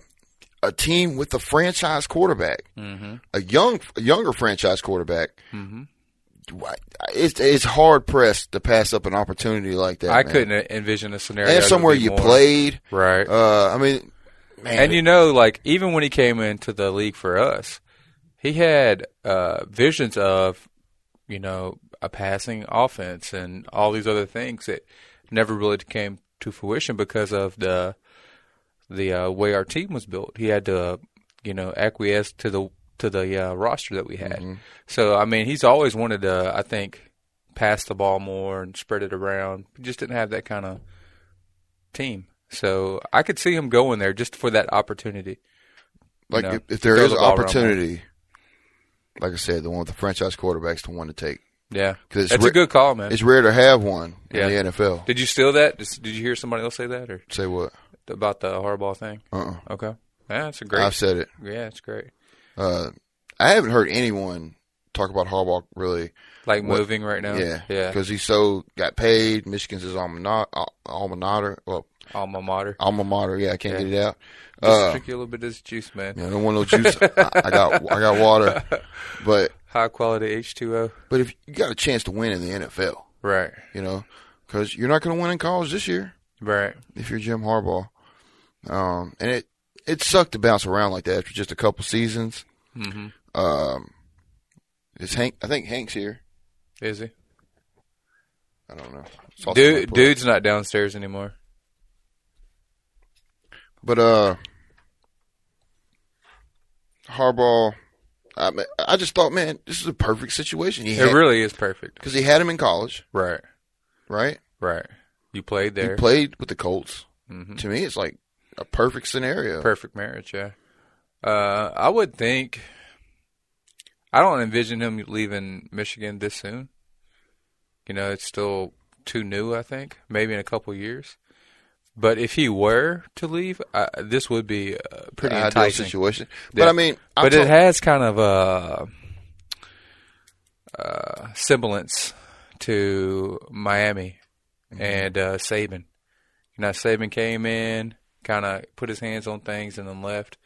a team with a franchise quarterback, Mm-hmm. a young, a younger franchise quarterback. Why- It's it's hard pressed to pass up an opportunity like that. I man. couldn't envision a scenario. And that somewhere would be you more- played, Right. Uh, I mean, man, and you know, like even when he came into the league for us, he had uh, visions of, you know, a passing offense and all these other things that never really came to fruition because of the the uh, way our team was built. He had to, uh, you know, acquiesce to the to the uh, roster that we had. So I mean, he's always wanted to, I think, pass the ball more and spread it around. He just didn't have that kind of team. So I could see him going there just for that opportunity. like know, if, if there throw is the ball around opportunity, like I said, the one with the franchise quarterback's the one to take. Yeah, 'Cause it's that's ri- a good call, man. It's rare to have one Yeah. in the NFL. Did you steal that? Dis- Did you hear somebody else say that or Say what? about the hardball thing? Uh-uh. Okay, yeah, that's a great. I've said it. yeah, it's great. Uh, I haven't heard anyone talk about Harbaugh really. Like What- moving right now. yeah, yeah. because he so got paid. Michigan's his alma mater. al- Alma mater. Well, Alma mater. alma mater. Yeah, I can't Yeah. get it out. Just Uh, drink you a little bit of this juice, man. yeah, I don't want no juice. I, I got I got water, but High quality H two O. but if you got a chance to win in the NFL, Right. you know, because you're not going to win in college this year Right. if you're Jim Harbaugh. Um, and it it sucked to bounce around like that after just a couple seasons. Mm-hmm. Um, is Hank? I think Hank's here. Is he? I don't know. Saw somebody Dude, pull up. dude's not downstairs anymore. But uh, Harbaugh, I mean, I just thought, man, this is a perfect situation. He It had, really is perfect. because he had him in college, Right. right? Right. You played there. He played with the Colts. Mhm. To me, it's like a perfect scenario. Perfect marriage, yeah. Uh, I would think. I don't envision him leaving Michigan this soon. You know, it's still too new. I think maybe in a couple years. But if he were to leave, I, this would be uh, pretty Ideal enticing. situation. Yeah. But I mean, I'm but it talk- has kind of a uh, semblance to Miami Mm-hmm. and uh, Saban. You know, Saban came in, kind of put his hands on things, and then left.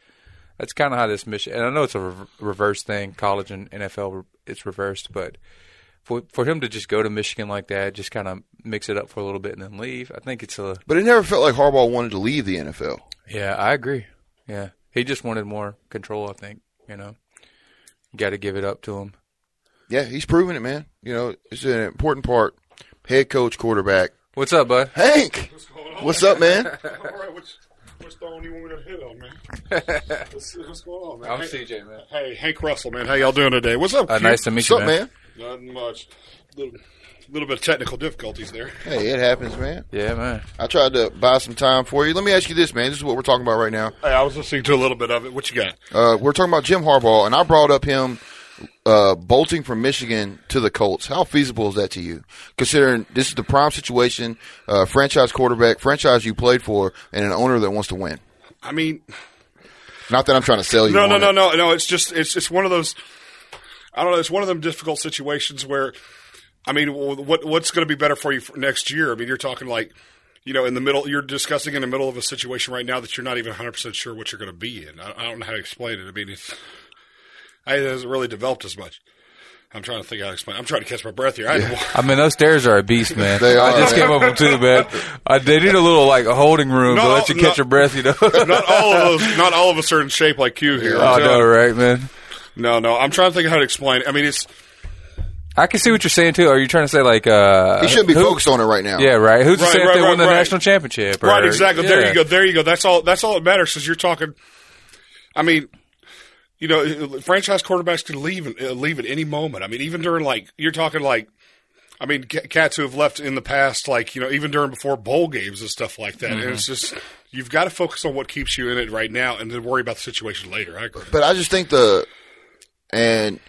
That's kind of how this mission. And I know it's a re- reverse thing, college and NFL. re- It's reversed, but for for him to just go to Michigan like that, just kind of mix it up for a little bit and then leave. I think it's a but it never felt like Harbaugh wanted to leave the NFL. yeah, I agree. Yeah, he just wanted more control. I think you know, you got to give it up to him. Yeah, he's proven it, man. You know, it's an important part. Head coach, quarterback, What's up, bud? Hank. What's up, man? All right, which which thorn do you want me to hit on, man? what's, what's going on, man? hey, CJ, man. hey, Hank Russell, man. How y'all doing today? What's up? Uh, Q? nice to What's meet you, up, man. man? Nothing much. Little, little bit of technical difficulties there. Hey, it happens, man. Yeah, man. I tried to buy some time for you. Let me ask you this, man. This is what we're talking about right now. Hey, I was listening to a little bit of it. What you got? Uh, we're talking about Jim Harbaugh, and I brought up him uh, bolting from Michigan to the Colts. How feasible is that to you, considering this is the prime situation, uh, franchise quarterback, franchise you played for, and an owner that wants to win? I mean, Not that I'm trying to sell you. no, on no, it. no, no, no. It's just it's it's one of those. I don't know. It's one of them difficult situations where, I mean, wh- what what's going to be better for you for next year? I mean, you're talking like, you know, in the middle. You're discussing in the middle of a situation right now that you're not even 100 percent sure what you're going to be in. I, I don't know how to explain it. I mean, it's, I, it hasn't really developed as much. I'm trying to think how to explain. I'm trying to catch my breath here. I had to- I mean, those stairs are a beast, man. They are, I just man. came up with two, man. I, they need a little like a holding room to No, let you catch your no. breath, you know. not all of those. Not all of us are in shape like you here. oh I'm no, telling- right, man. no, no. I'm trying to think of how to explain. it. I mean, it's I can see what you're saying too. Are you trying to say like uh? he shouldn't be who- focused on it right now. Yeah, right. Who's to Right, say if right, they won right, the right. national championship? or- Right, exactly. There Yeah. you go. There you go. That's all. That's all that matters. Because you're talking. I mean, you know, franchise quarterbacks can leave uh, leave at any moment. I mean, even during like you're talking like, I mean, ca- cats who have left in the past, like you know, even during before bowl games and stuff like that. And it's just you've got to focus on what keeps you in it right now, and then worry about the situation later. I agree. But I just think the and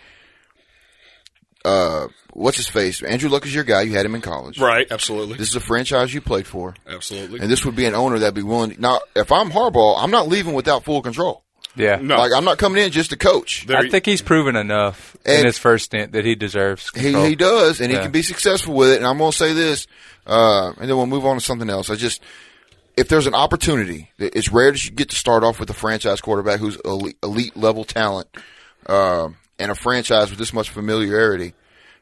uh, what's his face? Andrew Luck is your guy. You had him in college. Right. Absolutely. This is a franchise you played for, absolutely. and this would be an owner that'd be willing. Now, if I'm Harbaugh, I'm not leaving without full control. Yeah. No. Like I'm not coming in just to coach. There I you- think he's proven enough in And- his first stint that he deserves. He control. he does, and he Yeah. can be successful with it. And I'm gonna say this, uh, and then we'll move on to something else. I just if there's an opportunity, it- it's rare that you get to start off with a franchise quarterback who's elite, elite level talent, um, and a franchise with this much familiarity.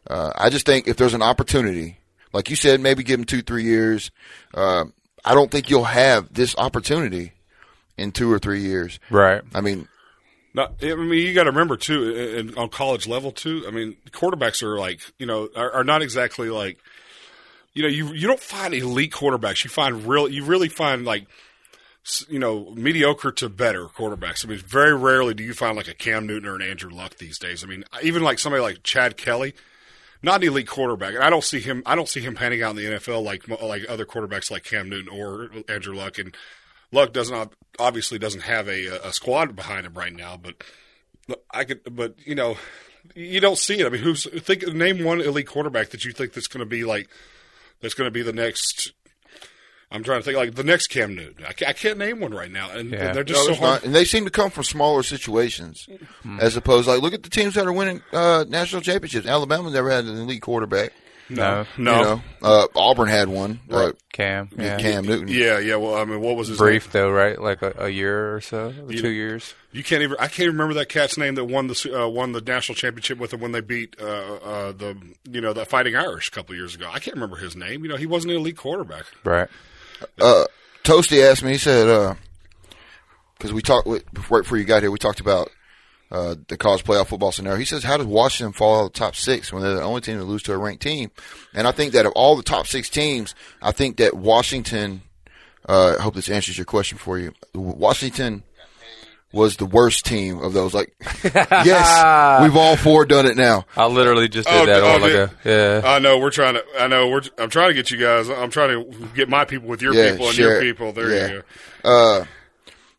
Uh, I just think if there's an opportunity, like you said, maybe give him two three years. Uh, I don't think you'll have this opportunity in two or three years. Right. I mean, Not, I mean, you got to remember too, and and on college level too. I mean, quarterbacks are like you know are, are not exactly like you know you you don't find elite quarterbacks. You find real you really find like s- you know mediocre to better quarterbacks. I mean, very rarely do you find like a Cam Newton or an Andrew Luck these days. I mean, even like somebody like Chad Kelly, not an elite quarterback. And I don't see him. I don't see him panning out in the NFL like mo- like other quarterbacks like Cam Newton or Andrew Luck. And Luck does not obviously doesn't have a a squad behind him right now. But I could, but you know, you don't see it. I mean, who's think name one elite quarterback that you think that's going to be like that's going to be the next. I'm trying to think like the next Cam Newton. I can't, I can't name one right now, and, Yeah. and No, they're just so there's hard. Hmm. not. and they seem to come from smaller situations, as opposed like look at the teams that are winning uh, national championships. Alabama never had an elite quarterback. No. No, You know, uh, Auburn had one. Uh, Cam. Yeah. Cam Newton. yeah, yeah. Well, I mean, what was his Brief name? though, right? Like a, a year or so, two years. You can't even. I can't even remember that cat's name that won the su- uh, won the national championship with him when they beat uh, uh, the you know the Fighting Irish a couple years ago. I can't remember his name. You know, he wasn't an elite quarterback. Right. Toasty asked me. He said, because we talked with, right before you got here, we talked about uh, the college playoff football scenario. He says, how does Washington fall out of the top six when they're the only team to lose to a ranked team? And I think that of all the top six teams, I think that Washington. Uh, I hope this answers your question for you. Washington was the worst team of those. Like, yes, we've all four done it now. I literally just did Oh, that oh, all dude. ago. Yeah. Uh, I know we're trying to. I know we're. I'm trying to get you guys. I'm trying to get my people with your Yeah, people and share your it. people. There Yeah. you go.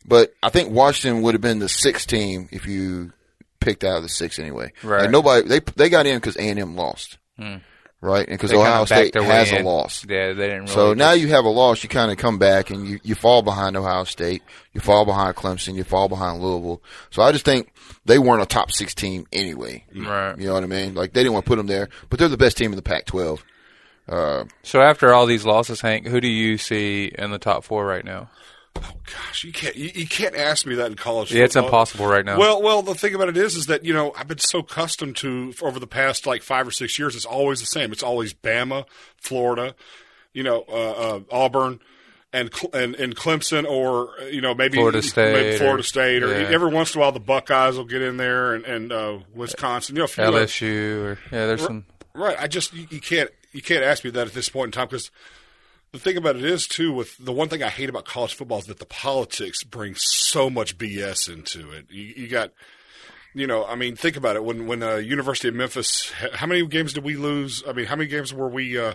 But I think Washington would have been the sixth team if you picked out of the six anyway. Right. Hmm. Like nobody they they got in because A and M lost, right? And because They kinda Ohio backed State their way has a in. loss. Yeah, they didn't. Really So now you have a loss, you kind of come back and you, you fall behind Ohio State, you fall behind Clemson, you fall behind Louisville. So I just think they weren't a top six team anyway. Right. You know what I mean? Like they didn't want to put them there, but they're the best team in the Pac-12. So after all these losses, Hank, who do you see in the top four right now? Gosh, you can't. You, you can't ask me that in college. Yeah, it's football. impossible right now. Well, well, the thing about it is, is that you know I've been so accustomed to for over the past like five or six years. It's always the same. It's always Bama, Florida, you know, uh, uh, Auburn, and Cle- and and Clemson, or uh, you know maybe Florida State maybe or- Florida State, or yeah. every once in a while the Buckeyes will get in there, and and uh, Wisconsin, you know, a few other- LSU or yeah, there's some. Right. I just you, you can't you can't ask me that at this point in time because the thing about it is too with the one thing I hate about college football is that the politics brings so much BS into it. You, you got you know I mean think about it when when uh, University of Memphis h- how many games did we lose? I mean how many games were we? Uh,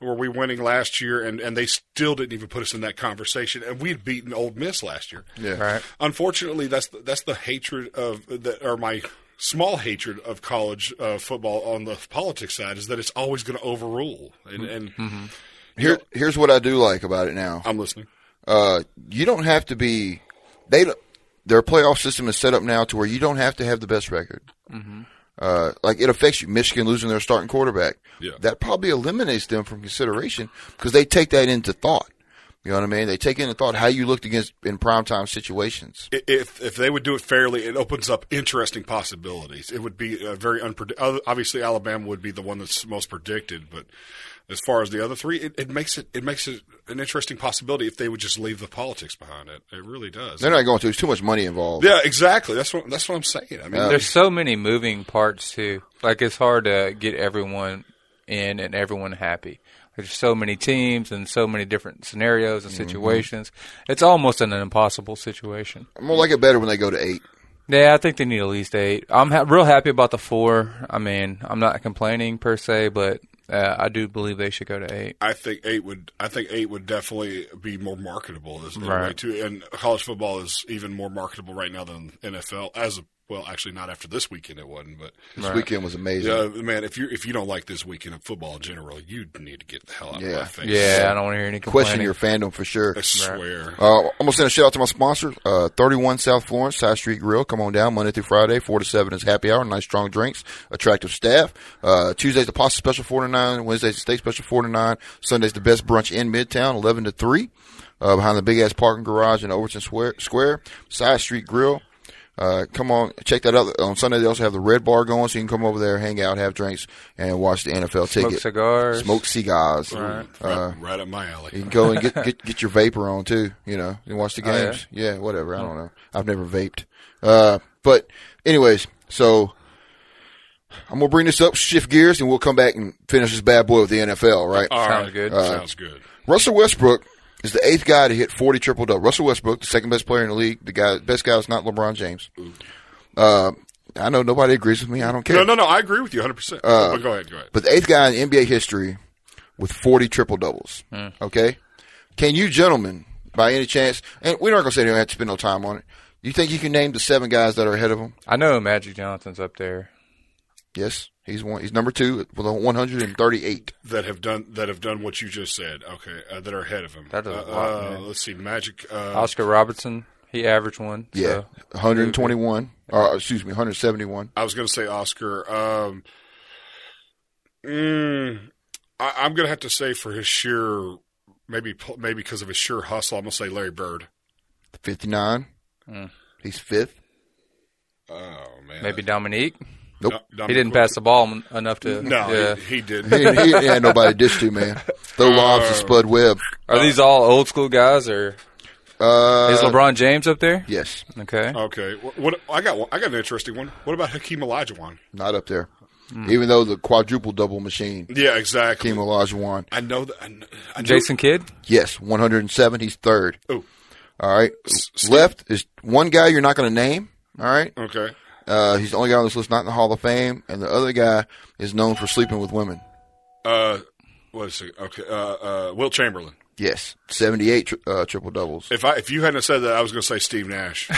were we winning last year, and, and they still didn't even put us in that conversation, and we had beaten Old Miss last year Yeah. Right. unfortunately, that's the, that's the hatred of that, or my small hatred of college uh, football on the politics side is that it's always going to overrule. And, and Here, here's what I do like about it now. I'm listening. uh, you don't have to be. They don't- their playoff system is set up now to where you don't have to have the best record. Uh, like it affects you. Michigan losing their starting quarterback. Yeah. That probably eliminates them from consideration because they take that into thought. You know what I mean? They take into thought how you looked against in primetime situations. I- If if they would do it fairly, it opens up interesting possibilities. It would be uh very unpredictable. Obviously, Alabama would be the one that's most predicted, but as far as the other three, it, it makes it it makes it an interesting possibility if they would just leave the politics behind it. It really does. They're not going to. There's too much money involved. yeah, exactly. That's what that's what I'm saying. I mean, Yeah. There's so many moving parts too. Like it's hard to get everyone in and everyone happy. There's so many teams and so many different scenarios Mm-hmm. and situations. It's almost an impossible situation. I'm gonna like it better when they go to eight. Yeah, I think they need at least eight. I'm ha- real happy about the four. I mean, I'm not complaining per se, but uh, I do believe they should go to eight. I think eight would. I think eight would definitely be more marketable as in a way Right. too. And college football is even more marketable right now than NFL as a Well, actually, not after this weekend it wasn't, but This weekend was amazing. yeah, man, if you if you don't like this weekend of football in general, you need to get the hell out of Yeah. my face. Yeah, I don't want to hear any Question complaining. your fandom for sure. I swear. Uh, I'm gonna send a shout out to my sponsor, uh, 31 South Florence Side Street Grill. Come on down Monday through Friday, four to seven is happy hour, nice strong drinks, attractive staff. Uh, Tuesday's the pasta special four to nine, Wednesday's the steak special four to nine, Sunday's the best brunch in Midtown, eleven to three, uh, behind the big ass parking garage in Overton Square, Square Side Street Grill. Uh, come on, check that out. On Sunday they also have the red bar going, so you can come over there, hang out, have drinks, and watch the NFL Smoke ticket. cigars. Smoke cigars. right, Uh, right up my you alley. can go and get, get get your vapor on too, you know, and watch the Oh, yeah? games. yeah? whatever. I don't know. I've never vaped. Uh, but anyways, so I'm gonna bring this up, shift gears, and we'll come back and finish this bad boy with the NFL. Right? All Sounds right. good. Uh, Sounds good. Russell Westbrook is the eighth guy to hit 40 triple double. Russell Westbrook, the second best player in the league. The guy, best guy is not LeBron James. Uh, I know nobody agrees with me. I don't care. No, no, no. I agree with you 100. percent Uh, But go ahead, go ahead. But the eighth guy in NBA history with 40 triple doubles. Hmm. Okay? Can you gentlemen, by any chance, and we're not going to sit here and have to spend no time on it, you think you can name the seven guys that are ahead of him? I know Magic Johnson's up there. Yes. He's one. He's number two with a 138. That have done that have done what you just said. Okay, uh, that are ahead of him. That is a uh, lot, uh, man. Let's see, Magic. Uh, Oscar Robertson, he averaged one. Yeah. so- 121. Or, excuse me, 171. I was going to say Oscar. Um, mm, I, I'm going to have to say for his sheer, maybe maybe because of his sheer hustle, I'm going to say Larry Bird. 59. Hmm. He's fifth. Oh man, Maybe Dominique. Nope. No, He didn't Dominique- pass the ball m- enough to. No, yeah. he, he didn't. He, he ain't had nobody to dish to, man. Throw lobs to Spud Webb. Are these all old school guys, or Uh, is LeBron James up there? Yes. Okay. Okay, what, what I got? One, I got an interesting one. What about Hakeem Olajuwon? Not up there. Hmm. Even though the quadruple double machine, Yeah, exactly. Team Olajuwon. I know that. I, kn- I knew- Jason Kidd. Yes, 107. He's third. Ooh. All right. Left is one guy you're not going to name. All right. Okay. Uh, he's the only guy on this list not in the Hall of Fame. And the other guy is known for sleeping with women. Uh, what is it? Okay. Uh, uh, Will Chamberlain. Yes. 78 tri- uh, triple doubles. If I if you hadn't said that, I was going to say Steve Nash.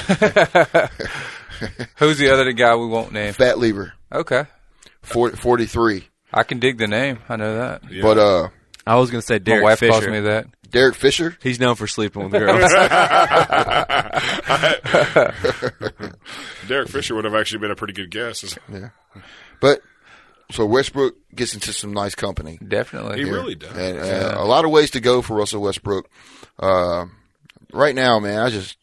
Who's the other guy we won't name? Fat Lever, Okay. 40, 43. I can dig the name. I know that. But uh, I was gonna say My Derek wife Fisher. calls me that. Derek Fisher, He's known for sleeping with girls. Derek Fisher would have actually been a pretty good guess. but so Westbrook gets into some nice company. Definitely. He really does. And uh, a lot of ways to go for Russell Westbrook. Uh, right now, man, I just.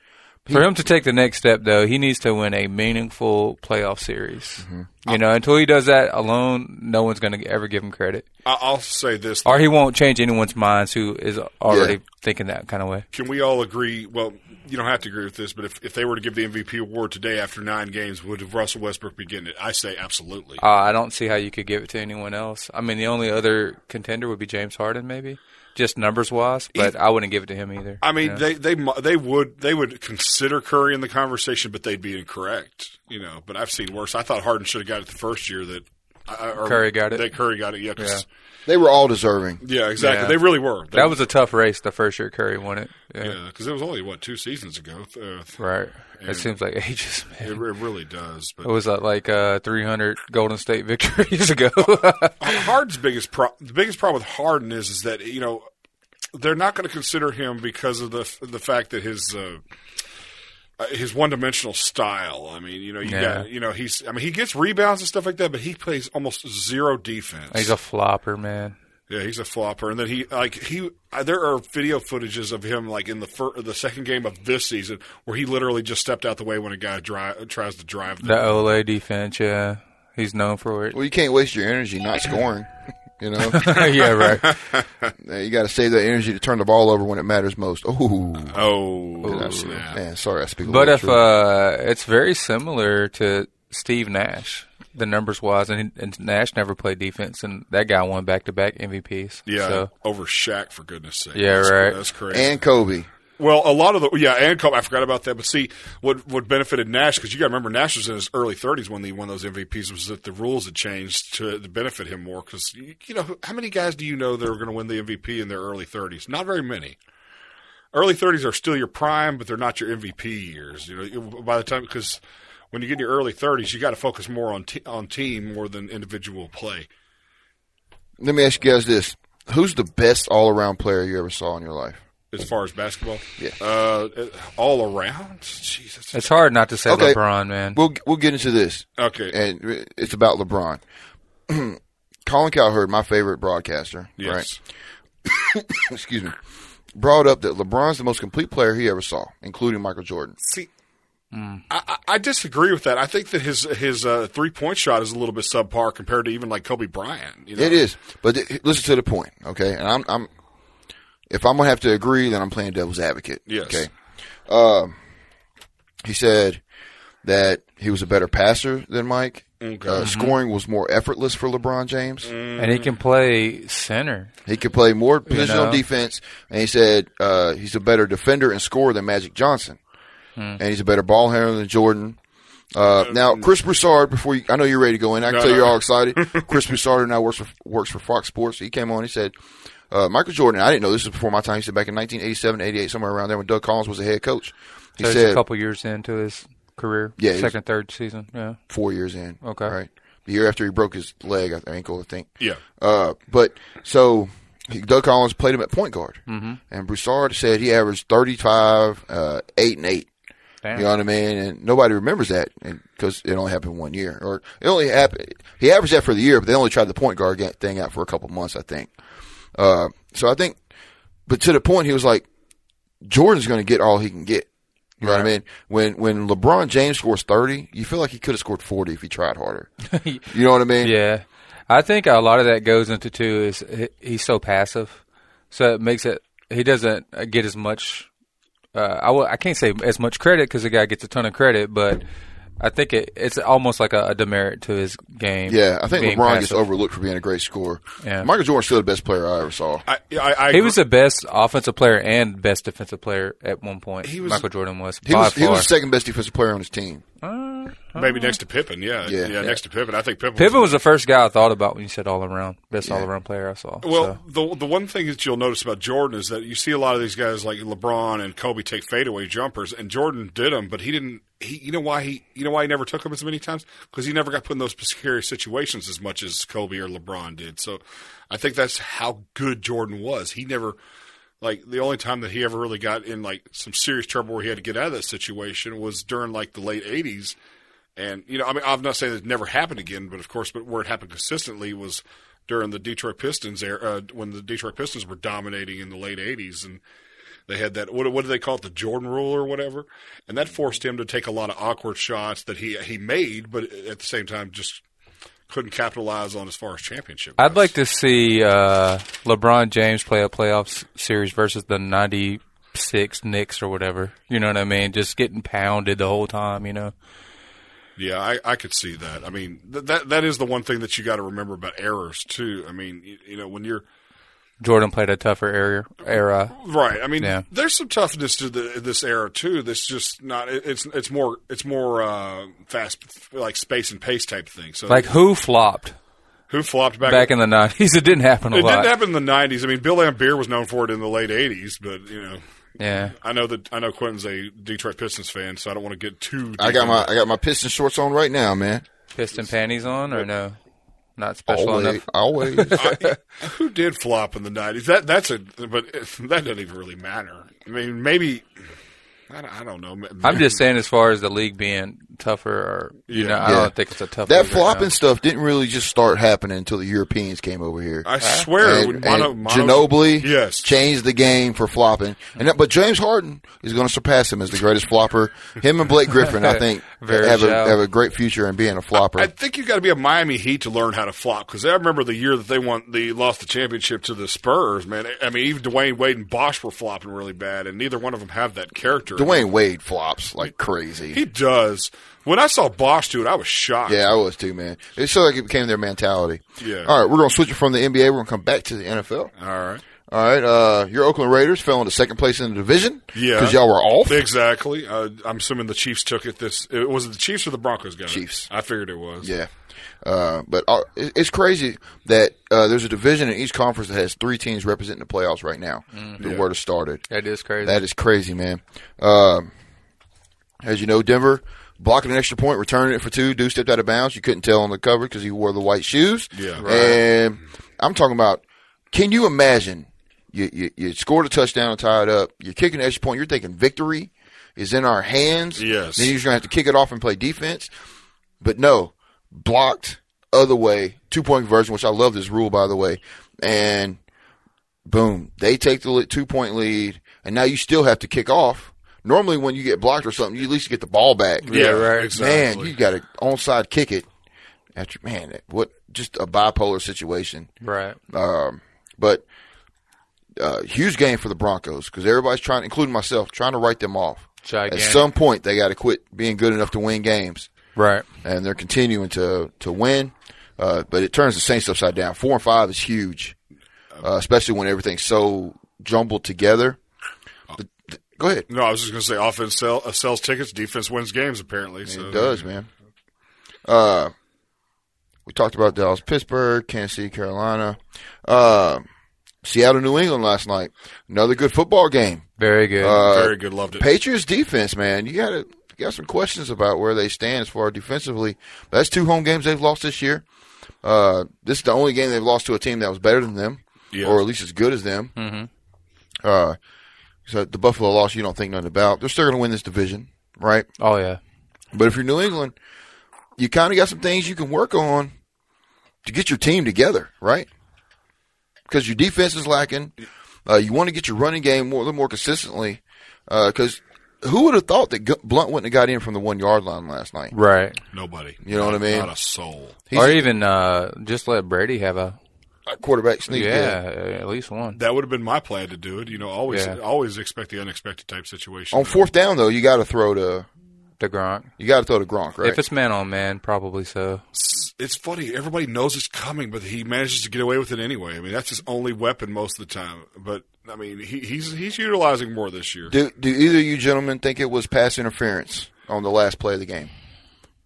For him to take the next step, though, he needs to win a meaningful playoff series. Mm-hmm. You know, until he does that alone, no one's going to ever give him credit, I, I'll say this: or he won't change anyone's minds who is already Yeah. thinking that kind of way. Can we all agree? Well, you don't have to agree with this, but if, if they were to give the MVP award today after nine games, would Russell Westbrook be getting it? I say absolutely. Uh, I don't see how you could give it to anyone else. I mean, the only other contender would be James Harden, maybe, just numbers wise. But I wouldn't give it to him either. I mean, Yeah. they they mu- they would they would consider Curry in the conversation, but they'd be incorrect, you know. But I've seen worse. I thought Harden should have got it the first year that I- or Curry got it. That Curry got it. Yeah, 'cause- They were all deserving. yeah, exactly. Yeah. They really were. They, that was a tough race the first year Curry won it. Yeah. because it was only what two seasons ago. Uh, Right. It seems like ages, It, man. it really does. It But was uh, like uh, 300 Golden State victories ago. Harden's biggest pro- the biggest problem with Harden is is that you know they're not going to consider him because of the f- the fact that his uh, uh, his one dimensional style. I mean, you know, you Yeah. got you know he's I mean he gets rebounds and stuff like that, but he plays almost zero defense. He's a flopper, man. yeah, he's a flopper, and then he like he uh, there are video footages of him like in the fir- the second game of this season where he literally just stepped out the way when a guy dri- tries to drive. The Ole defense, yeah. He's known for it. Well, you can't waste your energy not scoring. You know, yeah, right. Uh, you got to save that energy to turn the ball over when it matters most. Oh, oh snap! man, sorry, I speak. a But little if truth. uh, it's very similar to Steve Nash, the numbers wise, and, and Nash never played defense, and that guy won back to back MVPs. Yeah, So, over Shaq for goodness sake. Yeah, That's- right. That's crazy. and Kobe, Well, a lot of the yeah, and Kobe. I forgot about that. But see, what what benefited Nash because you got to remember Nash was in his early 30s when he won those MVPs. Was that the rules had changed to, to benefit him more? Because you, you know how many guys do you know that are going to win the MVP in their early 30s? Not very many. Early 30s are still your prime, but they're not your MVP years. You know, by the time because when you get in your early 30s, you got to focus more on t- on team more than individual play. Let me ask you guys this: Who's the best all around player you ever saw in your life? As far as basketball, Yeah. uh, all around, Jesus. It's hard not to say Okay. LeBron, man. We'll we'll get into this, Okay, and it's about LeBron. Colin Cowherd, my favorite broadcaster, yes, right? Excuse me. Brought up that LeBron's the most complete player he ever saw, including Michael Jordan. See, I, I I disagree with that. I think that his his uh, three point shot is a little bit subpar compared to even like Kobe Bryant. You know? It is, but th- listen to the point, okay? And I'm, I'm, if I'm gonna have to agree, then I'm playing devil's advocate. Yes. Okay. Um, he said that he was a better passer than Mike. Okay. Mm-hmm. Uh, Scoring was more effortless for LeBron James. And he can play center. He could play more positional know? defense, and he said uh, he's a better defender and scorer than Magic Johnson, Hmm. and he's a better ball handler than Jordan. Uh, now, Chris Broussard, before you, I know you're ready to go in, I can No, tell no. you're all excited. Chris Broussard now works for works for Fox Sports. He came on, he said, uh, Michael Jordan. I didn't know this was before my time. He said back in 1987, 88, somewhere around there when Doug Collins was the head coach. He So he's said a couple years into his career. Yeah, he was- Second, third season. Yeah. four years in. Okay. right. The year after he broke his leg, I- ankle, I think. Yeah. Uh, but so he, Doug Collins played him at point guard, mm-hmm. and Broussard said he averaged thirty-five, uh, eight and eight. Damn. You know what I mean? And nobody remembers that because it only happened one year, or it only happened. He averaged that for the year, but they only tried the point guard ga- thing out for a couple months, I think. Uh, so I think, but to the point, he was like, Jordan's going to get all he can get. You know what I mean? When when LeBron James scores thirty, you feel like he could have scored forty if he tried harder. you know what I mean? Yeah, I think a lot of that goes into too is he, he's so passive, so it makes it he doesn't uh, get as much. Uh, I will, I can't say as much credit because the guy gets a ton of credit, but I think it it's almost like a, a demerit to his game. Yeah, I think being LeBron gets passive. overlooked for being a great scorer. Yeah. Michael Jordan's still the best player I ever saw. I, I, I He was the best offensive player and best defensive player at one point. He was- Michael Jordan was He by was, far. he was the second best defensive player on his team. maybe next to Pippen. Yeah, Yeah. yeah, next to Pippen. I think Pippen. Pippen was the first guy I thought about when you said all around best all around player I saw. Well, the the one thing that you'll notice about Jordan is that you see a lot of these guys like LeBron and Kobe take fadeaway jumpers, and Jordan did them, but he didn't. He, you know why he, you know why he never took them as many times because he never got put in those precarious situations as much as Kobe or LeBron did. So, I think that's how good Jordan was. He never, like, the only time that he ever really got in like some serious trouble where he had to get out of that situation was during like the late '80s. And you know, I mean, I'm not saying that it never happened again, but of course, but where it happened consistently was during the Detroit Pistons era, uh, when the Detroit Pistons were dominating in the late '80s, and they had that what, what do they call it, the Jordan Rule or whatever, and that forced him to take a lot of awkward shots that he he made, but at the same time just couldn't capitalize on as far as championship. I'd goes. like to see uh, LeBron James play a playoff s- series versus the '96 Knicks or whatever. You know what I mean? Just getting pounded the whole time. You know? Yeah, I, I could see that. I mean, th- that that is the one thing that you got to remember about errors too. I mean, you, you know, when you're Jordan played a tougher era. era. Right. I mean, Yeah. there's some toughness to the, this era too. That's just not. it- It's it's more it's more uh, fast like space and pace type thing. So Like who flopped who flopped back, back in the '90s? It didn't happen a It lot. didn't happen in the '90s. I mean, Bill Lambier was known for it in the late '80s, but you know, yeah. I know that I know Quentin's a Detroit Pistons fan, so I don't want to get too. I deep got in- my I got my piston shorts on right now, man. Piston panties on or no? Not special Always, enough. always. Who did flop in the '90s? That that's a but that doesn't even really matter. I mean, maybe I don't, I don't know. I'm just saying, as far as the league being tougher, or you Yeah. know, I Yeah. don't think it's a tough. that league right flopping now. stuff didn't really just start happening until the Europeans came over here. I swear, and, when Mono, and Mono- Ginobili yes, changed the game for flopping. And that, but James Harden is going to surpass him as the greatest flopper. Him and Blake Griffin, I think, Very have a, shallow. have a great future in being a flopper. I think you got to be a Miami Heat to learn how to flop because I remember the year that they won, they lost the championship to the Spurs. Man, I mean, even Dwayne Wade and Bosch were flopping really bad, and neither one of them have that character. Dwayne Wade flops like crazy. he does. When I saw Bosch do it, I was shocked. Yeah, I was too, man. It's so like it became their mentality. Yeah. All right, we're gonna switch it from the NBA. We're gonna come back to the NFL. All right. All right, uh, your Oakland Raiders fell into second place in the division. Yeah. because y'all were off. Exactly. Uh, I'm assuming the Chiefs took it. This it, was it the Chiefs or the Broncos got it? Chiefs. I figured it was. Yeah, uh, but uh, it- it's crazy that uh, there's a division in each conference that has three teams representing the playoffs right now. The Mm-hmm. word has started. That is crazy. That is crazy, man. Um, as you know, Denver blocking an extra point, returning it for two. Dude stepped out of bounds. You couldn't tell on the cover because he wore the white shoes. Yeah. Right. And I'm talking about, can you imagine? You, you, you scored a touchdown and tied up. You're kicking an extra point. You're thinking victory is in our hands. Yes. Then you're going to have to kick it off and play defense. But no, blocked other way, two point conversion, which I love this rule, by the way. And boom, they take the li- two point lead, and now you still have to kick off. Normally, when you get blocked or something, you at least get the ball back. Yeah, right. Exactly. Man, you got to onside kick it. After man, that- what just a bipolar situation. Right. But uh, huge game for the Broncos because everybody's trying, including myself, trying to write them off. Gigantic. At some point, they got to quit being good enough to win games Right. and they're continuing to to win. Uh, but it turns the Saints upside down. Four and five is huge, uh, especially when everything's so jumbled together. The- the- go ahead. No, I was just going to say offense sell, uh, sells tickets, defense wins games. Apparently, so. It does, man. Uh, we talked about Dallas, Pittsburgh, Kansas City, Carolina, uh, Seattle, New England last night. Another good football game. Very good. Uh, Very good. Loved it. Patriots defense, man. You got to got some questions about where they stand as far as defensively. That's two home games they've lost this year. Uh, this is the only game they've lost to a team that was better than them, Yes. or at least as good as them. Mm-hmm. Uh, so the Buffalo loss, you don't think nothing about. They're still going to win this division, right? oh yeah. But if you're New England, you kind of got some things you can work on to get your team together, right? Because your defense is lacking. Uh, you want to get your running game more, a little more consistently. Because who would have thought that Gu- Blunt wouldn't have got in from the one yard line last night? Right. Nobody. You know what I mean? Not a soul. He's or even uh, just let Brady have a a quarterback sneak. yeah, there. at least one. That would have been my plan to do it. You know, always Yeah. always expect the unexpected type situation. On fourth down though, you got to throw to The Gronk. you got to throw to Gronk, right? If it's man on man, probably so. It's, it's funny. Everybody knows it's coming, but he manages to get away with it anyway. I mean, that's his only weapon most of the time. But I mean, he, he's he's utilizing more this year. do do either of you gentlemen think it was pass interference on the last play of the game?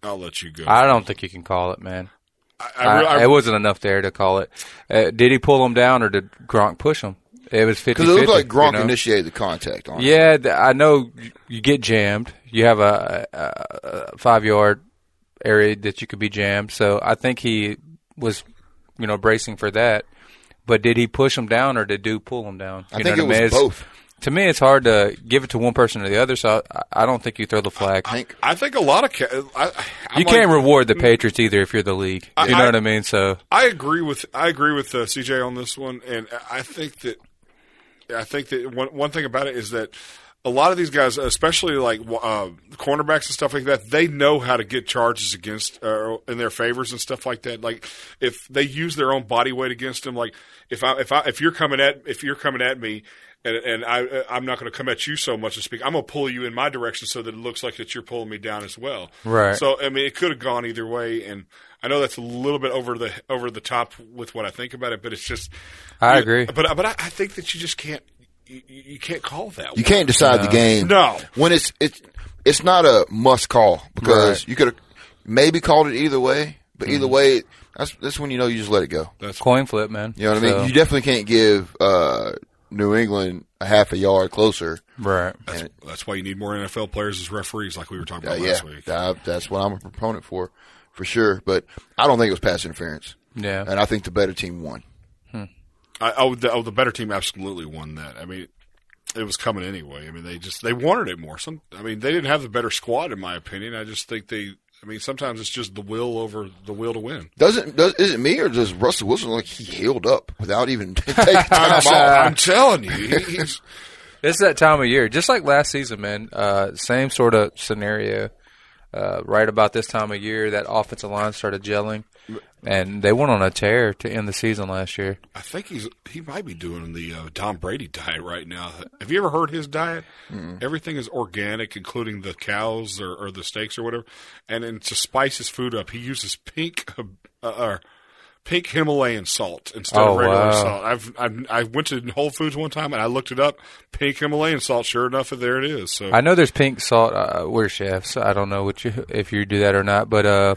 I'll let you go. I don't think you can call it, man. I, I, re- I- I- it wasn't enough there to call it. Uh, did he pull him down or did Gronk push him? It was 50 Because it looked like Gronk you know? initiated the contact on. it. Yeah, th- I know y- you get jammed. You have a, a, a five yard area that you could be jammed. So I think he was, you know, bracing for that. But did he push him down or did Duke pull him down? I You think know it what was I mean? It's- both. To me, it's hard to give it to one person or the other. So I, I don't think you throw the flag. I think I think a lot of ca- I, I'm you like- can't reward the Patriots either if you're the league. I- you know I- what I mean? So I agree with I agree with uh, CJ on this one, and I think that I think that one one thing about it is that a lot of these guys, especially like uh, cornerbacks and stuff like that, they know how to get charges against uh, in their favors and stuff like that. Like if they use their own body weight against them, like if I if I if you're coming at if you're coming at me. And, and I, uh, I'm not going to come at you so much to speak. I'm going to pull you in my direction so that it looks like that you're pulling me down as well. Right. So I mean, it could have gone either way, and I know that's a little bit over the over the top with what I think about it, but it's just. I agree. But but I, I think that you just can't you, you you can't call that. You can't decide the game. No. When it's it's it's not a must call because you could have maybe called it either way, but either Mm-hmm. way, that's that's when you know you just let it go. coin flip, man. You know what I mean? You definitely can't give uh, New England a half a yard closer. right. That's, that's why you need more NFL players as referees, like we were talking Uh, about yeah, last week. that- that's what I'm a proponent for, for sure. But I don't think it was pass interference, Yeah. and I think the better team won. I, oh, the, oh, the better team absolutely won that. I mean, it was coming anyway. I mean, they just they wanted it more. Some, I mean, they didn't have the better squad, in my opinion. I just think they. I mean, sometimes it's just the will over the will to win. Doesn't does is it me or does Russell Wilson look like he healed up without even taking time off? I'm telling you, he, he's It's that time of year, just like last season, man. Uh, same sort of scenario. Uh, right about this time of year, that offensive line started gelling, and they went on a tear to end the season last year. I think he's he might be doing the uh, Tom Brady diet right now. Have you ever heard his diet? Everything is organic, including the cows or, or the steaks or whatever. And then to spice his food up, he uses pink uh, uh, uh, pink Himalayan salt instead Oh, of regular wow. salt. I've, I've I went to Whole Foods one time and I looked it up. Pink Himalayan salt. Sure enough, there it is. So I know there's pink salt. Uh, we're chefs. I don't know what you if you do that or not, but uh,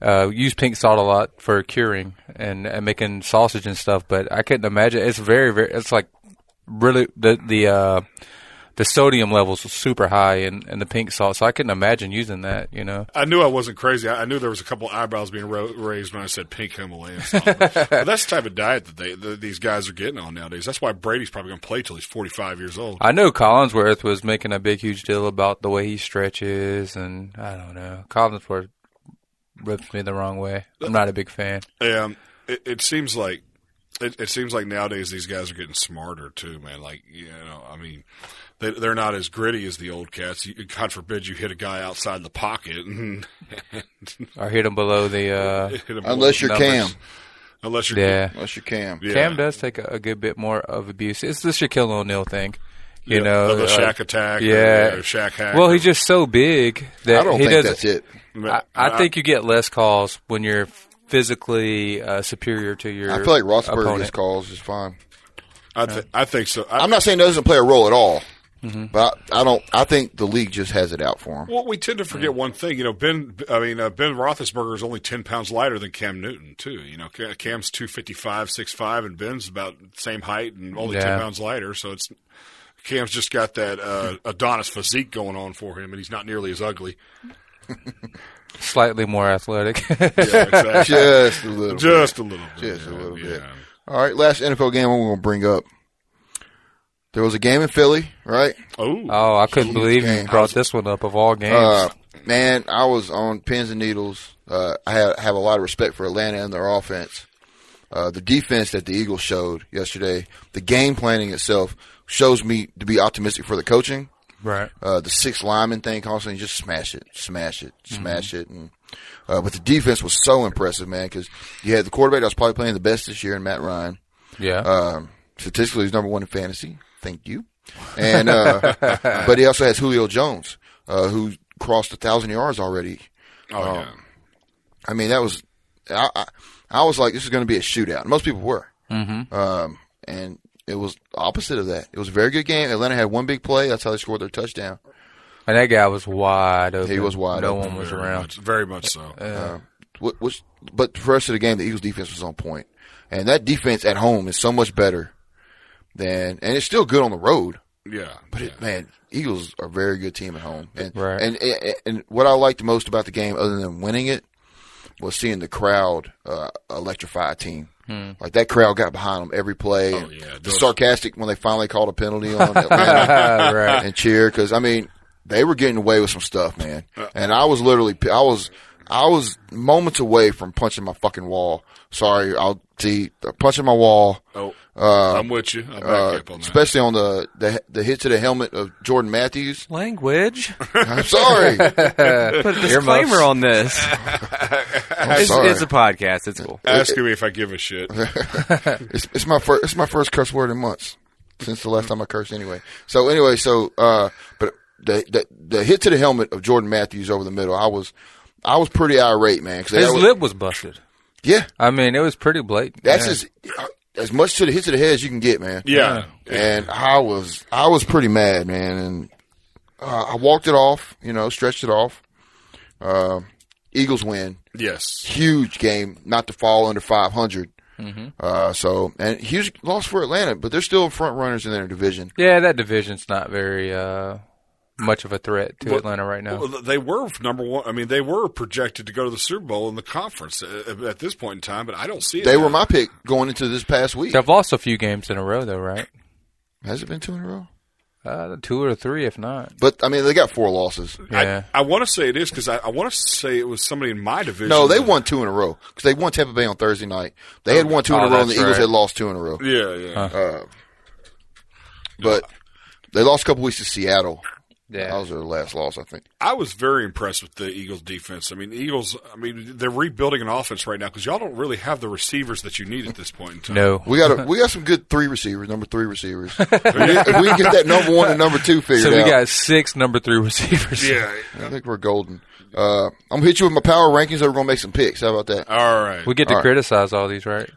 uh, use pink salt a lot for curing and, and making sausage and stuff. But I couldn't imagine. It's very, very. It's like really the the uh, the sodium levels was super high in, in the pink salt, so I couldn't imagine using that. You know, I knew I wasn't crazy. I, I knew there was a couple eyebrows being ro- raised when I said pink Himalayan salt. but that's the type of diet that they that these guys are getting on nowadays. That's why Brady's probably going to play till he's forty five years old. I know Collinsworth was making a big, huge deal about the way he stretches, and I don't know. Collinsworth ripped me the wrong way. I'm not a big fan. Um, it, it seems like it, it seems like nowadays these guys are getting smarter too, man. Like you know, I mean, they, they're not as gritty as the old cats. You, God forbid you hit a guy outside the pocket and I hit him below the. Uh, hit him. Unless you're Cam. Numbers. unless you're yeah, Unless you're Cam. yeah. Cam does take a, a good bit more of abuse. It's the Shaquille O'Neal thing, you Yeah, know. of the uh, Shack attack, yeah. or, or Shack hack. well, or- he's just so big that I don't he think doesn't. that's it. I, I think you get less calls when you're physically uh, superior to your. I feel like Rossberg opponent. just calls is fine. I, th- I think so. I, I'm not saying that doesn't play a role at all, but I, I don't. I think the league just has it out for him. Well, we tend to forget one thing. You know, Ben. I mean, uh, Ben Roethlisberger is only ten pounds lighter than Cam Newton, too. You know, Ca- Cam's two fifty five, six five, and Ben's about the same height and only Yeah. ten pounds lighter. So it's Cam's just got that uh, Adonis physique going on for him, and he's not nearly as ugly. slightly more athletic. Yeah, exactly. Just a little. bit. just a little, bit. Just a little yeah. bit. All right, last NFL game we're going to bit. All right, last NFL game I'm gonna bring up. There was a game in Philly, right? Oh, oh, I couldn't believe you game. brought this one up of all games. Uh, man, I was on pins and needles. Uh, I have, have a lot of respect for Atlanta and their offense. Uh, the defense that the Eagles showed yesterday, the game planning itself shows me to be optimistic for the coaching. right. Uh, the six lineman thing constantly just smash it, smash it, smash it. And, uh, but the defense was so impressive, man, because you had the quarterback that was probably playing the best this year in Matt Ryan. Yeah. Um, statistically, he's number one in fantasy. Thank you. And uh, but he also has Julio Jones, uh, who crossed a thousand yards already. oh yeah. I mean, that was I. I, I was like, this is going to be a shootout. Most people were, mm-hmm. um, and it was opposite of that. It was a very good game. Atlanta had one big play. That's how they scored their touchdown. and that guy was wide open. He was wide No open. one was very around. Much, very much so. Uh, Wh- Which, but the rest of the game, the Eagles' defense was on point, and that defense at home is so much better than, and it's still good on the road. yeah, But it, man, Eagles are a very good team at home. And, Right. and and and what I liked the most about the game, other than winning it, was seeing the crowd uh, electrify a team. Hmm. Like that crowd got behind them every play. and Oh, yeah. the sarcastic when they finally called a penalty on Atlanta Uh, right. and cheer because I mean they were getting away with some stuff, man. Uh, And I was literally I was I was moments away from punching my fucking wall. Sorry, I'll see punching my wall. Oh, Uh, I'm with you. I'm back uh, up on that. especially on the, the the hit to the helmet of Jordan Matthews. Language. I'm sorry. Put a disclaimer on this. it's, sorry. it's a podcast. It's cool. Ask me if I give a shit. it's, it's my first. It's my first cuss word in months since the last time I cursed. Anyway. So anyway, so uh, but the the the hit to the helmet of Jordan Matthews over the middle. I was I was pretty irate, man. 'cause His that was- lip was busted. Yeah, I mean, it was pretty blatant. that's yeah. as as much to the hit to the head as you can get, man. Yeah. And I was I was pretty mad, man, and uh, I walked it off. You know, stretched it off. Uh, Eagles win. Yes. huge game not to fall under 500. Mm-hmm. Uh, so and huge loss for Atlanta, but they're still front runners in their division. Yeah, that division's not very uh, much of a threat to Atlanta right now. Well, they were number one. I mean, they were projected to go to the Super Bowl in the conference uh, at, at this point in time, but I don't see it. They now. were my pick going into this past week. They've lost a few games in a row, though, right? Has it been two in a row? Uh, two or three, if not. But I mean, they got four losses. Yeah. I, I want to say it is because I, I want to say it was somebody in my division. No, they that- won two in a row because they won Tampa Bay on Thursday night. They had won two in Oh, a row, and the that's Eagles right. had lost two in a row. Yeah, yeah. But they lost a couple weeks to Seattle. That yeah. was their last loss, I think. I was very impressed with the Eagles' defense. I mean, Eagles. I mean, they're rebuilding an offense right now because y'all don't really have the receivers that you need at this point in time. No. We got a, we got some good three receivers, number three receivers. if, we, if we can get that number one and number two figured So we out, got six number three receivers. Yeah. I think we're golden. Uh, I'm gonna hit you with my power rankings. That we're gonna make some picks. How about that? All right. We get to All right. criticize all these, right?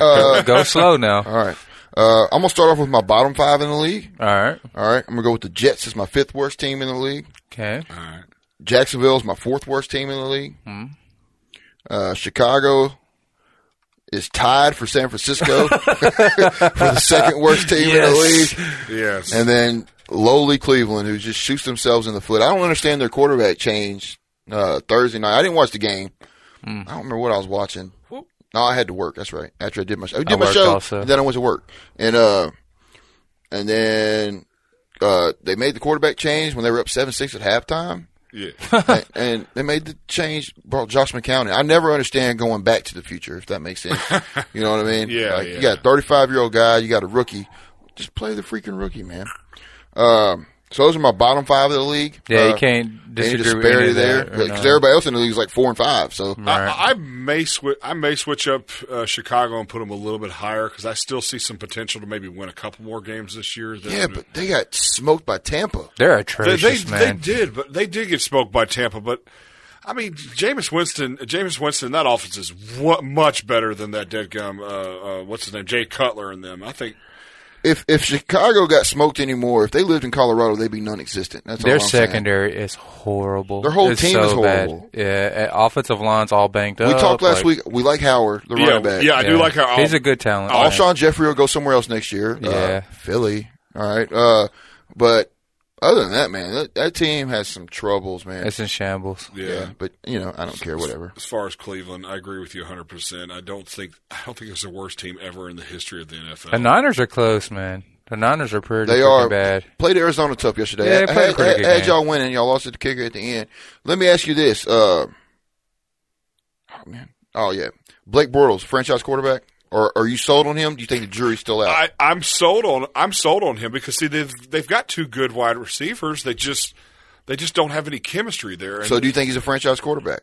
Uh, Go, go slow now. All right. Uh, I'm gonna start off with my bottom five in the league. All right. All right. I'm gonna go with the Jets as my fifth worst team in the league. Okay. All right. Jacksonville is my fourth worst team in the league. Uh, Chicago is tied for San Francisco for the second worst team in the league. Yes. And then lowly Cleveland who just shoots themselves in the foot. I don't understand their quarterback change uh, Thursday night. I didn't watch the game. I don't remember what I was watching. No, I had to work. That's right. After I did my show, I did my worked show, also. and then I went to work, and uh, and then uh, they made the quarterback change when they were up seven six at halftime Yeah. and, and they made the change, brought Josh McCown in. I never understand going back to the future, if that makes sense. You know what I mean? Yeah, Like, yeah. You got a 35 year old guy, you got a rookie. Just play the freaking rookie, man. Um, so those are my bottom five of the league. Yeah, you Uh, can't Any disagree with any disparity of there? that or Because not. everybody else in the league is like four and five. So I, I may switch. I may switch up uh, Chicago and put them a little bit higher because I still see some potential to maybe win a couple more games this year. than- yeah, but they got smoked by Tampa. They're they, they, atrocious, they man. did, but they did get smoked by Tampa. But I mean, Jameis Winston, Jameis Winston, that offense is wa- much better than that dead gum. Uh, uh, what's his name, Jay Cutler, and them. I think If if Chicago got smoked anymore, if they lived in Colorado, they'd be non-existent. That's all I'm Their saying. secondary is horrible. Their whole It's team so is bad. horrible. Yeah, uh, offensive line's all banked We up. talked last like- week. We like Howard, the yeah, running back. yeah, I do Yeah. like how he's a good talent. man. Alshon Jeffrey will go somewhere else next year. Uh, Yeah. Philly. All right. Uh, but other than that, man, that, that team has some troubles, man. It's in shambles. yeah. But you know, I don't care. Whatever. As far as Cleveland, I agree with you 100. percent I don't think I don't think it's the worst team ever in the history of the NFL. The Niners are close, man. The Niners are pretty They freaking are bad. played Arizona tough yesterday. Yeah, they played a had, pretty had- good had game. y'all winning, y'all lost at the kicker at the end. Let me ask you this. Uh, oh man. Oh yeah. Blake Bortles, franchise quarterback. Or are you sold on him? Do you think the jury's still out? I, I'm sold on I'm sold on him because see they've they've got two good wide receivers. They just they just don't have any chemistry there. And so do you think he's a franchise quarterback?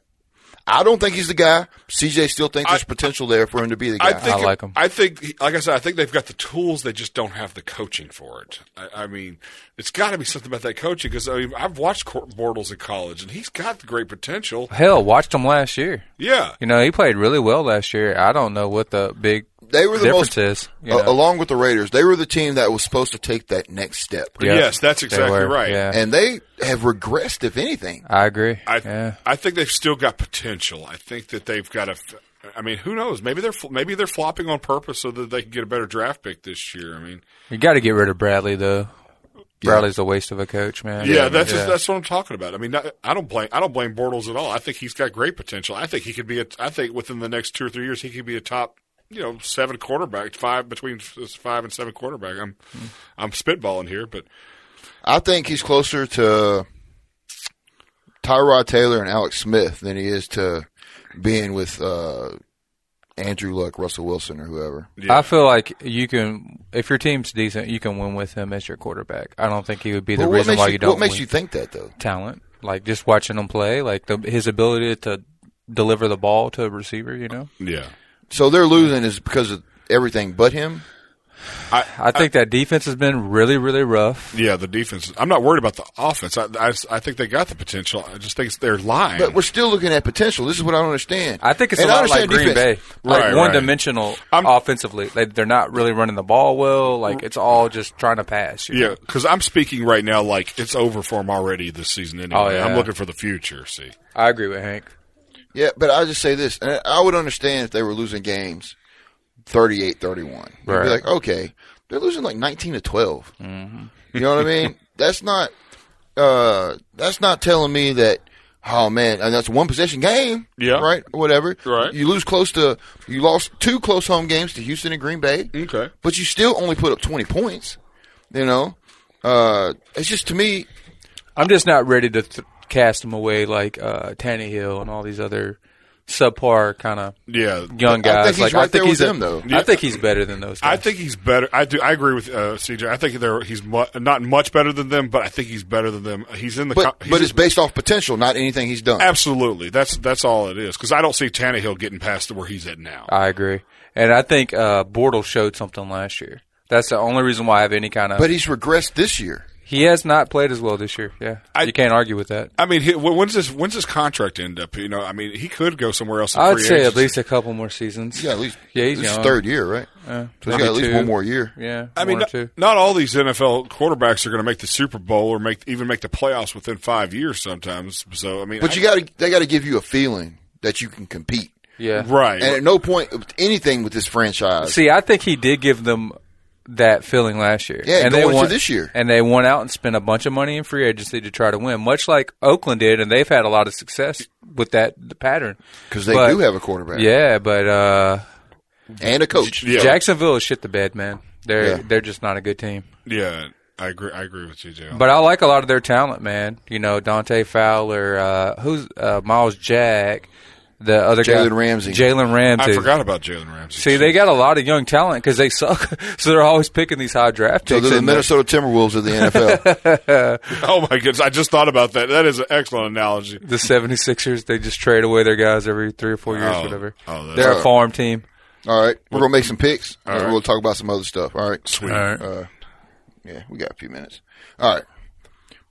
I don't think he's the guy. CJ still thinks there's I- potential there for him to be the guy. I think I like him. I think like I said, I think they've got the tools. They just don't have the coaching for it. I, I mean, it's got to be something about that coaching because I mean I've watched Court Bortles in college and he's got the great potential. Hell, watched him last year. Yeah, You know, he played really well last year. I don't know what the big they were the difference most is. You A- know? along with the Raiders, they were the team that was supposed to take that next step. Yeah. yes, that's They exactly were, right. Yeah, And they have regressed, if anything. I agree. I yeah. I think they've still got potential. I think that they've got a. f- I mean, who knows? Maybe they're fl- maybe they're flopping on purpose so that they can get a better draft pick this year. I mean, You got to get rid of Bradley though. Bradley's a waste of a coach, man. Yeah, that's yeah. Just, that's what I'm talking about. I mean, not, I don't blame I don't blame Bortles at all. I think he's got great potential. I think he could be a. I think within the next two or three years, he could be a top, you know, seven quarterback, five between s- five and seven quarterback. I'm I'm spitballing here, but I think he's closer to Tyrod Taylor and Alex Smith than he is to being with uh, Andrew Luck, Russell Wilson, or whoever. I feel like you can, if your team's decent, you can win with him as your quarterback. I don't think he would be the But what reason makes, why you, you, don't. what makes win. you think that, though? talent? Like just watching him play, like the, his ability to deliver the ball to a receiver. You know, yeah, So they're losing is because of everything but him? I think that defense has been really, really rough. yeah. The defense. I'm not worried about the offense. I I, s- I think they got the potential. I just think it's- they're lying. But we're still looking at potential. This is what I don't understand. I think it's And a I lot like understand Green defense. Bay, like Right, right. one-dimensional offensively. Like they're not really running the ball well. Like it's all just trying to pass. you yeah, know? because I'm speaking right now like it's over for them already this season. Anyway, Oh, yeah. I'm looking for the future. See, I agree with Hank. Yeah, but I just say this, and I would understand if they were losing games 38-31. You'd Right. be like, okay, they're losing like 19 to 12. Mm-hmm. You know what I mean? That's not uh that's not telling me that oh man, and that's a one possession game. Yeah. Right? Whatever. Right. You lose close to you lost two close home games to Houston and Green Bay. Okay. But you still only put up 20 points, you know? Uh it's just to me I'm just not ready to th- cast him away like uh, Tannehill and all these other subpar kind of yeah, young I think guys. he's like right I think there with he's a- them, though. I think he's better than those. I guys. think he's better. I do. I agree with uh, CJ. I think they're he's mu- not much better than them, but I think he's better than them. He's in the. but co- he's but it's based off potential, not anything he's done. absolutely. That's that's all it is. Because I don't see Tannehill getting past where he's at now. I agree, and I think uh, Bortles showed something last year. That's the only reason why I have any kind of. But he's regressed this year. he has not played as well this year. Yeah, I- you can't argue with that. I mean, he, wh- when's this when's this contract end up? You know, I mean, he could go somewhere else. in I'd free say at agency. least a couple more seasons. Yeah, at least Yeah, he's this is young. third year, right? so he's maybe got at least two. one more year. Yeah, I mean, one or not, two. not all these NFL quarterbacks are going to make the Super Bowl or make even make the playoffs within five years. Sometimes, so I mean, But I- you got to they got to give you a feeling that you can compete. Yeah, right. And at no point anything with this franchise. See, I think he did give them that feeling last year. Yeah, going and they into won, this year. And they went out and spent a bunch of money in free agency to try to win, much like Oakland did, and they've had a lot of success with that the pattern. because they But- do have a quarterback Yeah, but uh, and a coach. Yeah. Jacksonville is shit the bed, man. They're Yeah. they're just not a good team. Yeah, I agree. I agree with you, Jay. But I like a lot of their talent, man. You know, Dante Fowler, uh, who's uh, Miles Jack, the other guy, Jalen Ramsey. Jalen Ramsey. I forgot about Jalen Ramsey. See, they got a lot of young talent because they suck, so they're always picking these high draft So picks. they're the and they're- Minnesota Timberwolves of the NFL. oh my goodness, I just thought about that. That is an excellent analogy. the 76ers, they just trade away their guys every three or four years, Oh. whatever. Oh, that's- They're a farm team. All right, we're gonna make some picks. and We'll talk about some other stuff. All right, Sweet. Uh, yeah, we got a few minutes. All right.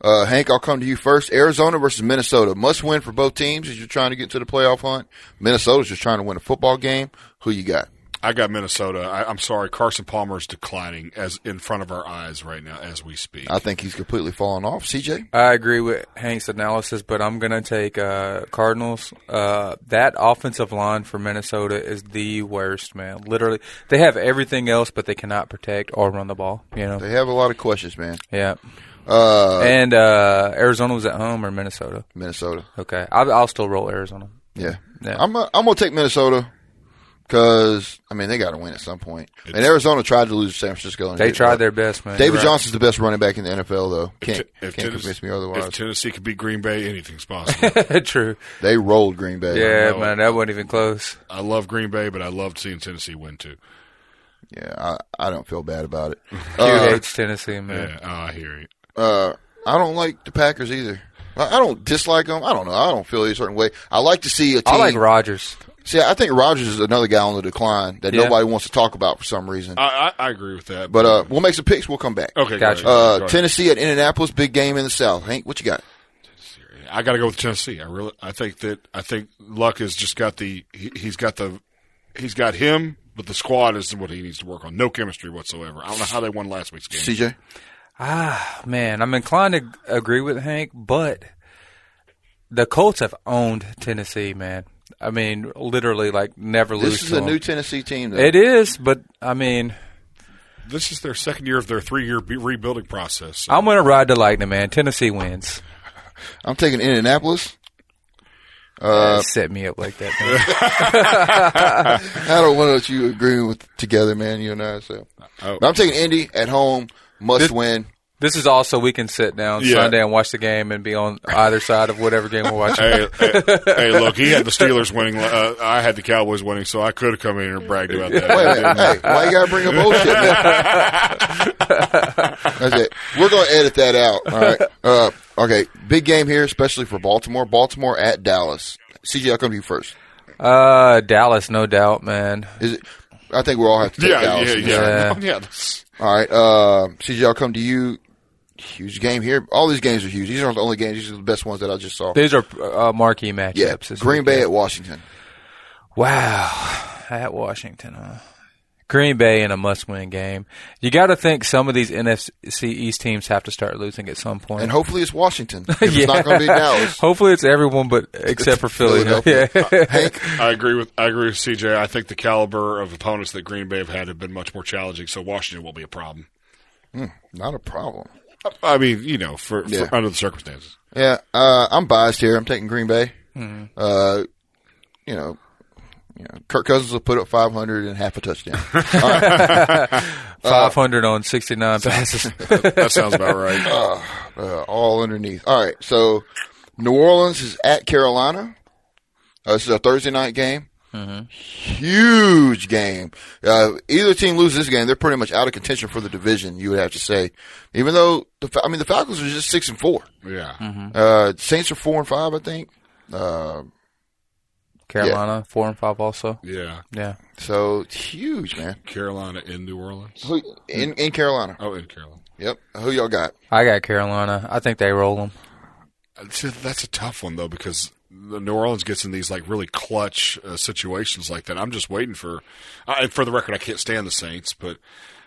Uh, Hank, I'll come to you first. Arizona versus Minnesota. Must win for both teams as you're trying to get to the playoff hunt. Minnesota's just trying to win a football game. Who you got? I got Minnesota. I, I'm sorry, Carson Palmer is declining as in front of our eyes right now as we speak. I think he's completely fallen off. CJ? I agree with Hank's analysis, but I'm going to take uh, Cardinals. Uh, that offensive line for Minnesota is the worst, man. Literally, they have everything else, but they cannot protect or run the ball. You know, They have a lot of questions, man. yeah. Uh, and uh, Arizona was at home or Minnesota. Minnesota. Okay, I'll, I'll still roll Arizona. Yeah. Yeah. I'm, uh, I'm going to take Minnesota because, I mean, they got to win at some point. and Arizona tried to lose to San Francisco. And They it- tried their best, man. David Right. Johnson's the best running back in the NFL, though. Can't, T- if can't Tennes- convince me If otherwise. Tennessee could beat Green Bay, anything's possible. True. They rolled Green Bay. Yeah, know. man, that wasn't even close. I love Green Bay, but I loved seeing Tennessee win too. Yeah, I, I don't feel bad about it. Dude Uh, hates Tennessee, man. Yeah, oh, I hear you. uh, I don't like the Packers either. I, I don't dislike them. I don't know. I don't feel any certain way. I like to see a team. I like Rogers. see, I think Rogers is another guy on the decline that Yeah. nobody wants to talk about for some reason. I, I, I agree with that. but uh, we'll make some picks. We'll come back. okay, go Gotcha. ahead. Uh, Go ahead. Tennessee at Indianapolis, big game in the South. Hank, what you got? I got to go with Tennessee. I really, I think that I think Luck has just got the he, he's got the he's got him, but the squad is what he needs to work on. No chemistry whatsoever. I don't know how they won last week's game. CJ? Ah, man, I'm inclined to agree with Hank, but the Colts have owned Tennessee, man. I mean, literally, like never lose. This is to a them. new Tennessee team, though. It is, but I mean, This is their second year of their three year be- rebuilding process. So I'm gonna ride the lightning, man. Tennessee wins. I'm taking Indianapolis. Uh, They set me up like that. Man. I don't want to let you agreeing with together, man, you and I. So. Oh. But I'm taking Indy at home, must win. this is also we can sit down Yeah. Sunday and watch the game and be on either side of whatever game we're watching. hey, hey, hey, look, he had the Steelers winning. Uh, I had the Cowboys winning, so I could have come in here and bragged about that. Wait a minute. Hey, why you gotta bring up bullshit? Man? That's it. We're gonna edit that out. All right. Uh, okay. Big game here, especially for Baltimore. Baltimore at Dallas. CJ, I'll come to you first. Uh, Dallas, no doubt, man. Is it? I think we all have to take Yeah, Dallas. yeah, in yeah, this one. Yeah. yeah. No, yeah, that's- All right. Uh, CJ, I'll come to you. Huge game here. All these games are huge. These aren't the only games. These are the best ones that I just saw. These are uh, marquee matchups. Yeah. this Green weekend. Bay at Washington. Wow, at Washington, huh? Green Bay in a must-win game. You got to think some of these NFC East teams have to start losing at some point. And hopefully it's Washington. If It's not going to be Dallas. Hopefully, it's everyone but except for Philly. Philadelphia. Uh, Yeah. Hank, I agree with I agree with CJ. I think the caliber of opponents that Green Bay have had have been much more challenging, so Washington will be a problem. not a problem. I mean, you know, for, for Yeah. under the circumstances. Yeah, uh, I'm biased here. I'm taking Green Bay. Mm-hmm. Uh, you know, you know, Kirk Cousins will put up 500 and half a touchdown. Uh, Five hundred on sixty-nine passes. That sounds about right. uh, all underneath. All right, so New Orleans is at Carolina. Uh, this is a Thursday night game. Huge game. Uh, either team loses this game, they're pretty much out of contention for the division. You would have to say, even though the Fal- I mean the Falcons are just six and four. yeah. Uh, Saints are four and five, I think. Uh, Carolina four and five also. Yeah. Yeah, so it's huge, man. Carolina in New Orleans. Who- In in Carolina. Oh, in Carolina. Yep. Who y'all got? I got Carolina. I think they roll them. Uh, see, That's a tough one though because the New Orleans gets in these like really clutch uh, situations like that. I'm just waiting for, I, and for the record, I can't stand the Saints, but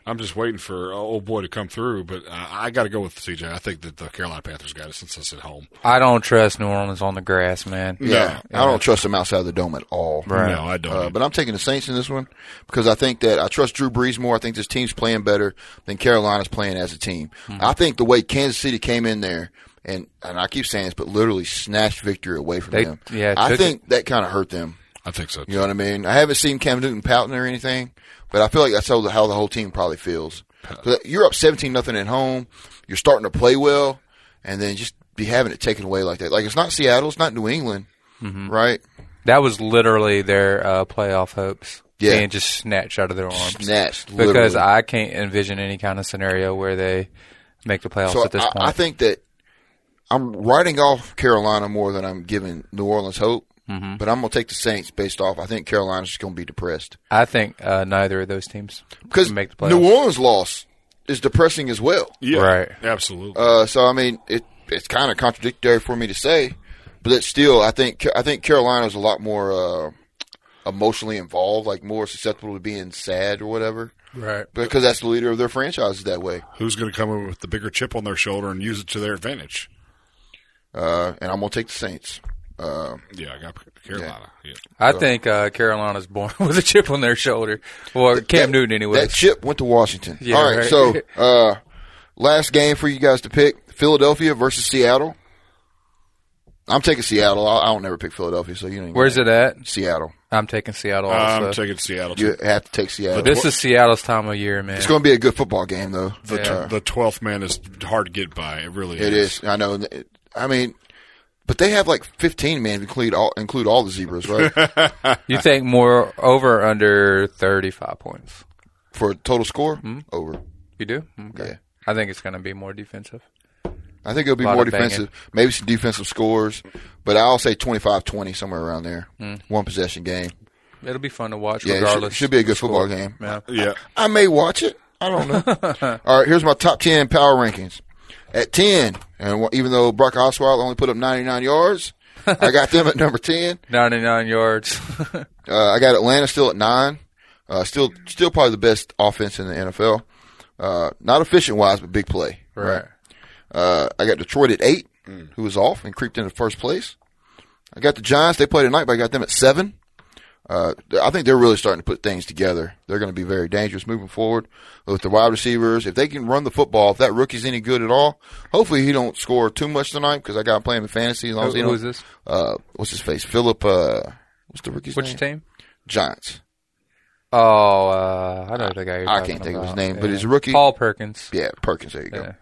I'm just waiting for uh, old boy to come through. But uh, I got to go with CJ. I think that the Carolina Panthers got it since it's at home. I don't trust New Orleans on the grass, man. Yeah, I don't trust them outside the dome at all. Right. No, I don't. Uh, but I'm taking the Saints in this one because I think that I trust Drew Brees more. I think this team's playing better than Carolina's playing as a team. Hmm. I think the way Kansas City came in there and and I keep saying this, but literally snatched victory away from They- them. yeah, I took think that kind of hurt them. I think so. You know what I mean? I haven't seen Cam Newton pouting or anything, but I feel like that's how the, how the whole team probably feels. 'Cause You're up 17 nothing at home. You're starting to play well, and then just be having it taken away like that. Like it's not Seattle, it's not New England, Mm-hmm. right? That was literally their uh, playoff hopes Yeah. being just snatched out of their arms. Snatched because literally. I can't envision any kind of scenario where they make the playoffs so at this I, point. I think that I'm writing off Carolina more than I'm giving New Orleans hope. Mm-hmm. But I'm gonna take the Saints based off. I think Carolina's just gonna be depressed I think uh, neither of those teams because make the playoffs. New Orleans loss is depressing as well. Yeah, Right. Absolutely. Uh, so I mean, it it's kind of contradictory for me to say, but it's still, I think I think Carolina's a lot more uh, emotionally involved, like more susceptible to being sad or whatever, right. because that's the leader of their franchise is that way. Who's going to come in with the bigger chip on their shoulder and use it to their advantage? Uh, and I'm gonna take the Saints. Uh, Yeah, I got Carolina. Yeah. I think uh, Carolina's born with a chip on their shoulder. Well, Cam Newton, anyway. that chip went to Washington. Yeah, All right, right. so uh, last game for you guys to pick: Philadelphia versus Seattle. I'm taking Seattle. I, I don't never pick Philadelphia, so you don't. even- Where's it at? Seattle? I'm taking Seattle. Also. I'm taking Seattle. too. You have to take Seattle. this is Seattle's time of year, man. It's going to be a good football game, though. The, tw- the 12th man is hard to get by. It really It is. is. I know. I mean, but they have like 15 men include all include all the zebras, right? You think more over or under 35 points? For a total score Hmm? over. You do? Okay. Yeah. I think it's going to be more defensive. I think it'll be Lot more of banging. defensive, maybe some defensive scores, but I'll say 25-20 somewhere around there. One possession game. It'll be fun to watch Yeah, it should, Hmm. regardless. should be a good football game. Yeah. Yeah. I may watch it. I don't know. all right, here's my top 10 power rankings. At 10, and wh- even though Brock Osweiler only put up 99 yards, I got them at number 10. 99 yards. Uh, I got Atlanta still at nine. Uh, still, still probably the best offense in the NFL. Uh, not efficient wise, but big play. right. Mm. Uh, I got Detroit at eight, who was off and creeped into first place. I got the Giants. They played tonight, but I got them at seven. Uh, I think they're really starting to put things together. They're going to be very dangerous moving forward with the wide receivers. If they can run the football, if that rookie's any good at all, hopefully he don't score too much tonight because I got him playing in fantasy. As long as Who, he who don't- is this? Uh, what's his face? Philip. Uh, what's the rookie's Which name? team? Giants. Oh, uh, I know the guy. You're I talking can't think of about. his name, but he's a rookie. Paul Perkins. Yeah, Perkins. There you go. Yeah.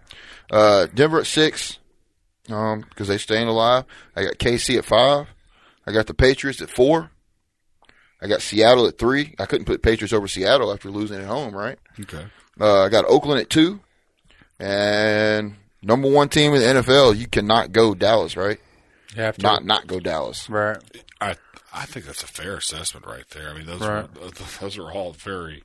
Uh, Denver at six, um, because they staying alive. I got KC at five. I got the Patriots at four. I got Seattle at three. I couldn't put Patriots over Seattle after losing at home, right? Okay. Uh, I got Oakland at two, and number one team in the NFL. You cannot go Dallas, right? You have to. Not not go Dallas. right. I I think that's a fair assessment right there. I mean, those Right. were, those- those are all very.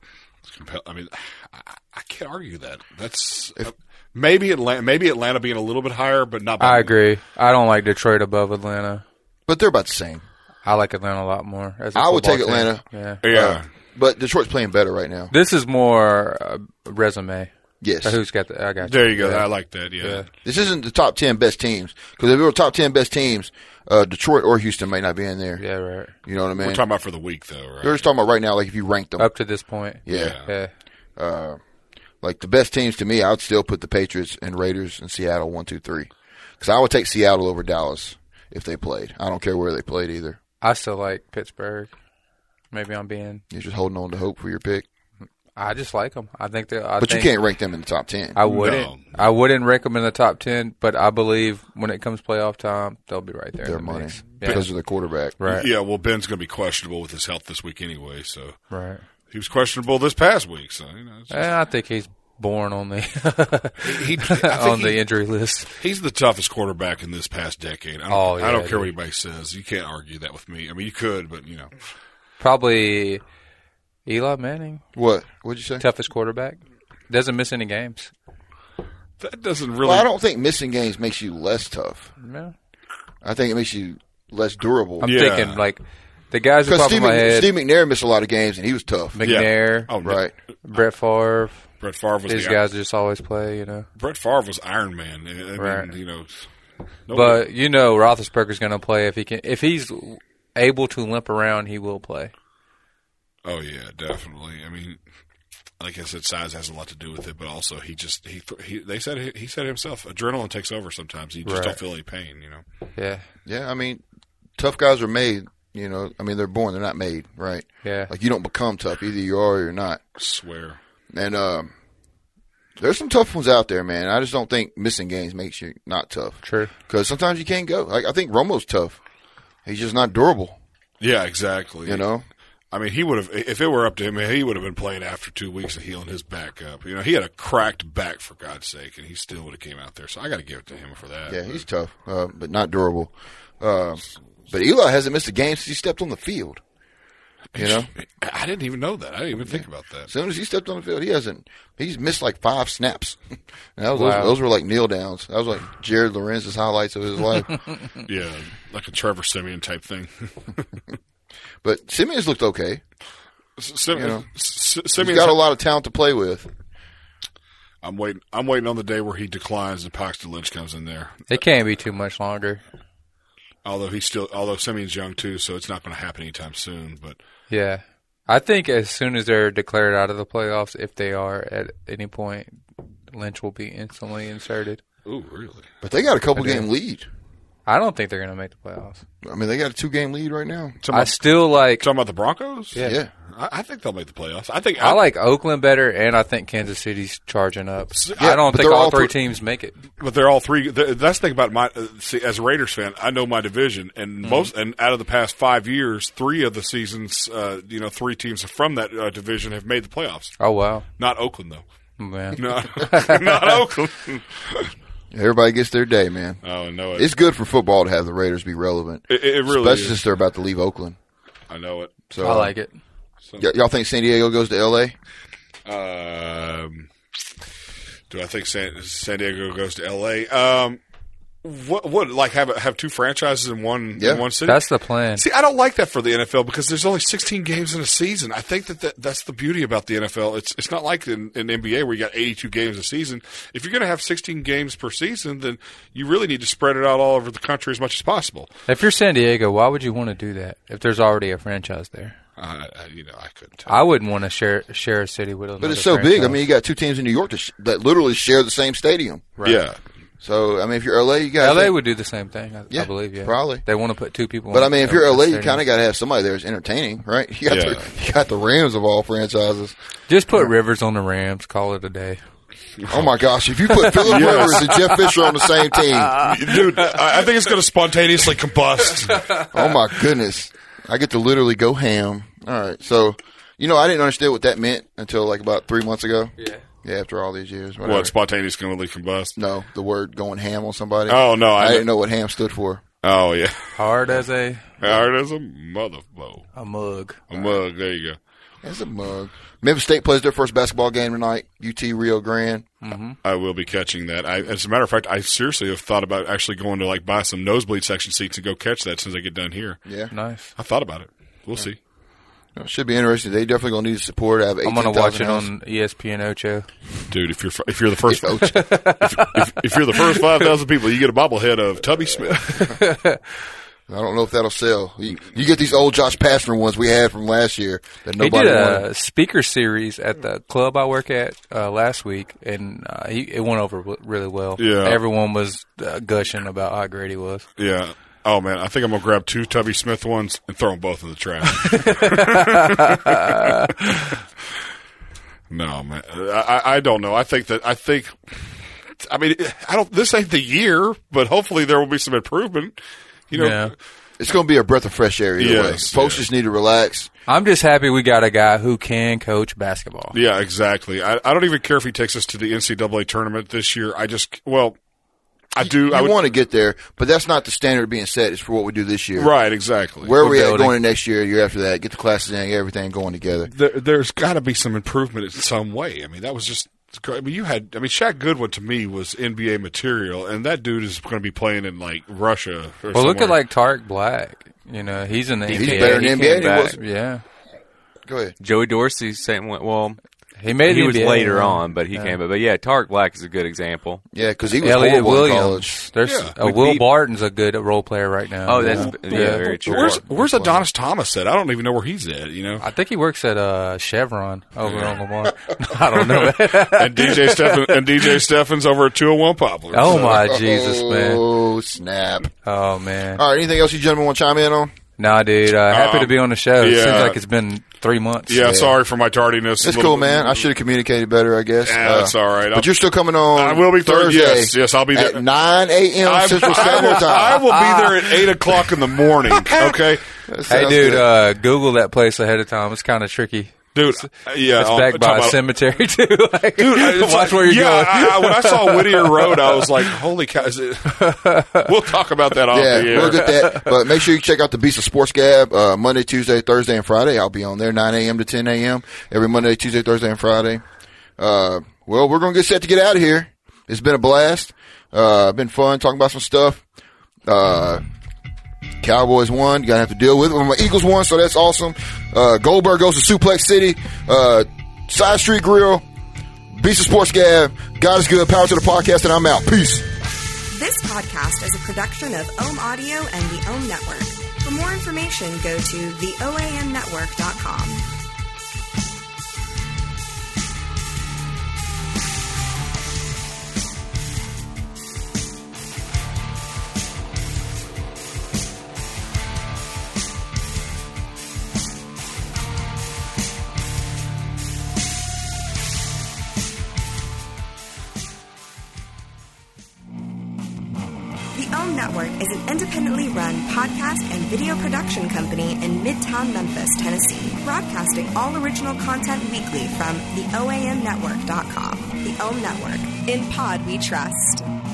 compel- I mean, I, I can't argue that. That's uh, maybe Atlanta. Maybe Atlanta being a little bit higher, but not. By I agree. I don't like Detroit above Atlanta. But they're about the same. I like Atlanta a lot more. as a I would football take team. Atlanta. Yeah. Yeah, But Detroit's playing better right now. This is more uh, resume. Yes. So who's got the? I got. there you go. Yeah. I like that. Yeah. Yeah. This isn't the top ten best teams because if it were top ten best teams, uh, Detroit or Houston may not be in there. Yeah. Right. You know what I mean? we're talking about for the week though, right? They're just talking about right now, like if you rank them, Up to this point. Yeah. Yeah. like the best teams to me, I would still put the Patriots and Raiders and Seattle one, two, three, because I would take Seattle over Dallas if they played. I don't care where they played either. I still like Pittsburgh. Maybe I'm being. You're just holding on to hope for your pick, I just like them. I think that. I but you think- can't rank them in the top ten. I wouldn't. No. I wouldn't recommend the top ten, but I believe when it comes playoff time, they'll be right there. in their the money mix. Yeah. because of the quarterback. right. Yeah. Well, Ben's going to be questionable with his health this week anyway, so Right. he was questionable this past week. So you know, it's just- Eh, I think he's born on the he, I think on the he- injury list. He's the toughest quarterback in this past decade. I don't, Oh, I yeah, don't care what dude. anybody says. You can't argue that with me. I mean, you could, but you know, Probably Eli Manning, What? What'd you say? toughest quarterback. Doesn't miss any games. that doesn't really. Well, I don't think missing games makes you less tough. No. I think it makes you less durable. I'm Yeah. thinking like the guys that Because pop Steve, in my Mc- head: Steve McNair missed a lot of games, and he was tough. Yeah. McNair, Oh, no. Right. Brett Favre. Brett Favre was These the guys just always play, you know. Brett Favre was Iron Man. I mean, Right. You know, no- But you know, Roethlisberger's going to play if he can. If he's able to limp around, he will play. oh yeah, definitely. I mean, like I said, size has a lot to do with it, but also he just he, he they said he, he said himself, adrenaline takes over sometimes. You just Right. don't feel any pain. You know, Yeah, Yeah, I mean, tough guys are made. You know, I mean, they're born; they're not made, right? yeah. Like you don't become tough. Either you are or you're not. I swear. And um, there's some tough ones out there, man. I just don't think missing games makes you not tough. True. Because sometimes you can't go. Like I think Romo's tough. He's just not durable. Yeah, exactly. You know. I mean, he would have if it were up to him. He would have been playing after two weeks of healing his back up. You know, he had a cracked back for God's sake, and he still would have came out there. So I got to give it to him for that. Yeah, he's tough, uh, but not durable. Uh, but Eli hasn't missed a game since he stepped on the field. You know, I didn't even know that. I didn't even think about that. as soon as he stepped on the field, he hasn't. He's missed like five snaps. And that was, Wow. those, were like kneel downs. That was like Jared Lorenz's highlights of his life. Yeah, like a Trevor Simeon type thing. but Simeon's looked okay. Sim- You know. S- He's Simeon's got a lot of talent to play with. I'm waiting. I'm waiting on the day where he declines and Paxton Lynch comes in there. It can't be too much longer. Although he's still, although Simeon's young too, so it's not going to happen anytime soon. But Yeah, I think as soon as they're declared out of the playoffs, if they are at any point, Lynch will be instantly inserted. oh, really? But they got a couple game lead. I don't think they're going to make the playoffs. I mean, they got a two game lead right now. Talking I about, still like talking about the Broncos? Yeah. Yeah. I, I think they'll make the playoffs. I think I like Oakland better, and I think Kansas City's charging up. I don't but think they're all, all three thr- teams make it. but they're all three. th that's the thing about my uh, see, as a Raiders fan, I know my division, and most and out of the past five years, three of the seasons, uh, you know, three teams from that uh, division have made the playoffs. Oh wow, Oh, Not Oakland though. man! No, not Oakland. Everybody gets their day, man. Oh no, it, It's good for football to have the Raiders be relevant, it, it really especially is. since they're about to leave Oakland. I know it. So I like it. Y- y'all think San Diego goes to L.A.? Um, do I think San, San Diego goes to L.A.? Um, what what like have have two franchises in one Yeah. in one city? That's the plan. See, I don't like that for the NFL because there's only 16 games in a season. I think that, that that's the beauty about the NFL. It's it's not like in, in NBA where you got 82 games a season. If you're going to have 16 games per season, then you really need to spread it out all over the country as much as possible. If you're San Diego, why would you want to do that? If there's already a franchise there, Uh, I- you know, I couldn't tell. I wouldn't want to share share a city with another. But it's so big. I mean, you got two teams in New York that, sh- that literally share the same stadium. Yeah, So I mean, if you're L.A., you got LA would do the same thing. I, Yeah, I believe. Yeah, probably. They want to put two people. But in I mean, if a- you're a LA, you stadium. kind of got to have somebody there that's entertaining, right? You got, Yeah. the, you got the Rams of all franchises. just put Rivers on the Rams. Call it a day. Oh my gosh! If you put Philip Rivers and Jeff Fisher on the same team, dude, I I think it's going to spontaneously combust. oh my goodness, I get to literally go ham. All right, so you know, I didn't understand what that meant until like about three months ago. Yeah, yeah. After all these years, whatever. What spontaneously combust? no, the word going ham on somebody. Oh no, I I, didn't know what ham stood for. Oh yeah, Hard as a hard as a motherfucker. a mug. A mug. There you go. That's a mug. Memphis State plays their first basketball game tonight. UT Rio Grande. I will be catching that. I, as a matter of fact, I seriously have thought about actually going to like buy some nosebleed section seats and go catch that since I get done here. Yeah, Nice. I thought about it. We'll see. It should be interesting. They definitely gonna need support. I have I'm 18,000 gonna watch it hours. on E ESPN Ocho. Dude, if you're f- if you're the first if, if, if you're the first five thousand people, you get a bobblehead of Tubby Smith. I don't know if that'll sell. You, you get these old Josh Pastner ones we had from last year that He nobody did a wanted. speaker series at the club I work at uh, last week, and uh, he, it went over w- really well. Yeah. everyone was uh, gushing about how great he was. Yeah. Oh man, I think I'm gonna grab two Tubby Smith ones and throw them both in the trash. no man, I, I- I don't know. I think that I think. I mean, I don't. This ain't the year, but hopefully there will be some improvement. You know, Yeah. It's going to be a breath of fresh air either Yes, way. Folks yeah. just need to relax. I'm just happy we got a guy who can coach basketball. Yeah, exactly. I, I don't even care if he takes us to the NCAA tournament this year. I just, well, I do. I You would, want to get there, but that's not the standard being set. It's for what we do this year. right, exactly. Where are we at building. going to next year, year after that? Get the classes in, get everything going together. there, there's got to be some improvement in some way. I mean, that was just It's cra- I mean, you had. I mean, Shaq Goodwin to me was NBA material, and that dude is going to be playing in like Russia. Or Well, look at somewhere. like Tarek Black. You know, he's in the He's NBA. better in He NBA came than he back. was- Yeah, Go ahead. Joey Dorsey, same way. Well, he made. he the was NBA, later yeah. on, but he came. But, but yeah, Tark Black is a good example. Yeah, because he was Elliot horrible in Williams. college. There's Yeah. uh, With Will the- Barton's a good role player right now. Oh, that's Yeah. yeah, very true. Where's Where's Adonis Thomas at? I don't even know where he's at. You know, I think he works at uh, Chevron over on Lamar. I don't know. and DJ Steffen, and DJ Steffen's over at two hundred one Poplar. oh So- my Jesus, man. Oh snap! Oh man. All right, anything else you gentlemen want to chime in on? Nah, dude. Uh, happy to be on the show. It seems Um, yeah. like it's been three months. Yeah, sorry for my It's tardiness. A little- cool, man. I should have communicated better, I guess. Uh, Yeah, that's all right. I'll- But you're still coming on. I will be thir- Thursday. yes, yes, I'll be there. at 9 a.m. I, Central I will, Standard I Time. will be there at eight o'clock in the morning. Okay, That Hey, sounds dude. good. Uh, Google that place ahead of time. It's kind of tricky. dude. Yeah, It's I'll- back by a talk about- cemetery too. like, Dude, watch it's like- where you're yeah, going. I, I, when I saw Whittier Road, I was like, "Holy cow!" Is it, we'll talk about that off yeah, the air. we'll get that. But make sure you check out the Beast of Sports Gab uh, Monday, Tuesday, Thursday, and Friday. I'll be on there 9 a.m. to 10 a.m. every Monday, Tuesday, Thursday, and Friday. Uh, well, we're going to get set to get out of here. It's been a blast. Uh, been fun talking about some stuff. Uh, Cowboys won. You're going to have to deal with it. Well, my Eagles won, so that's awesome. Uh, Goldberg goes to Suplex City. Uh, Side Street Grill. Beast of Sports Gab. God is good. Power to the podcast, and I'm out. Peace. This podcast is a production of Ohm Audio and the Ohm Network. For more information, go to theoamnetwork.com. The Ohm Network is an independently run podcast and video production company in Midtown Memphis, Tennessee, broadcasting all original content weekly from theoamnetwork.com. The Ohm Network. In pod we trust.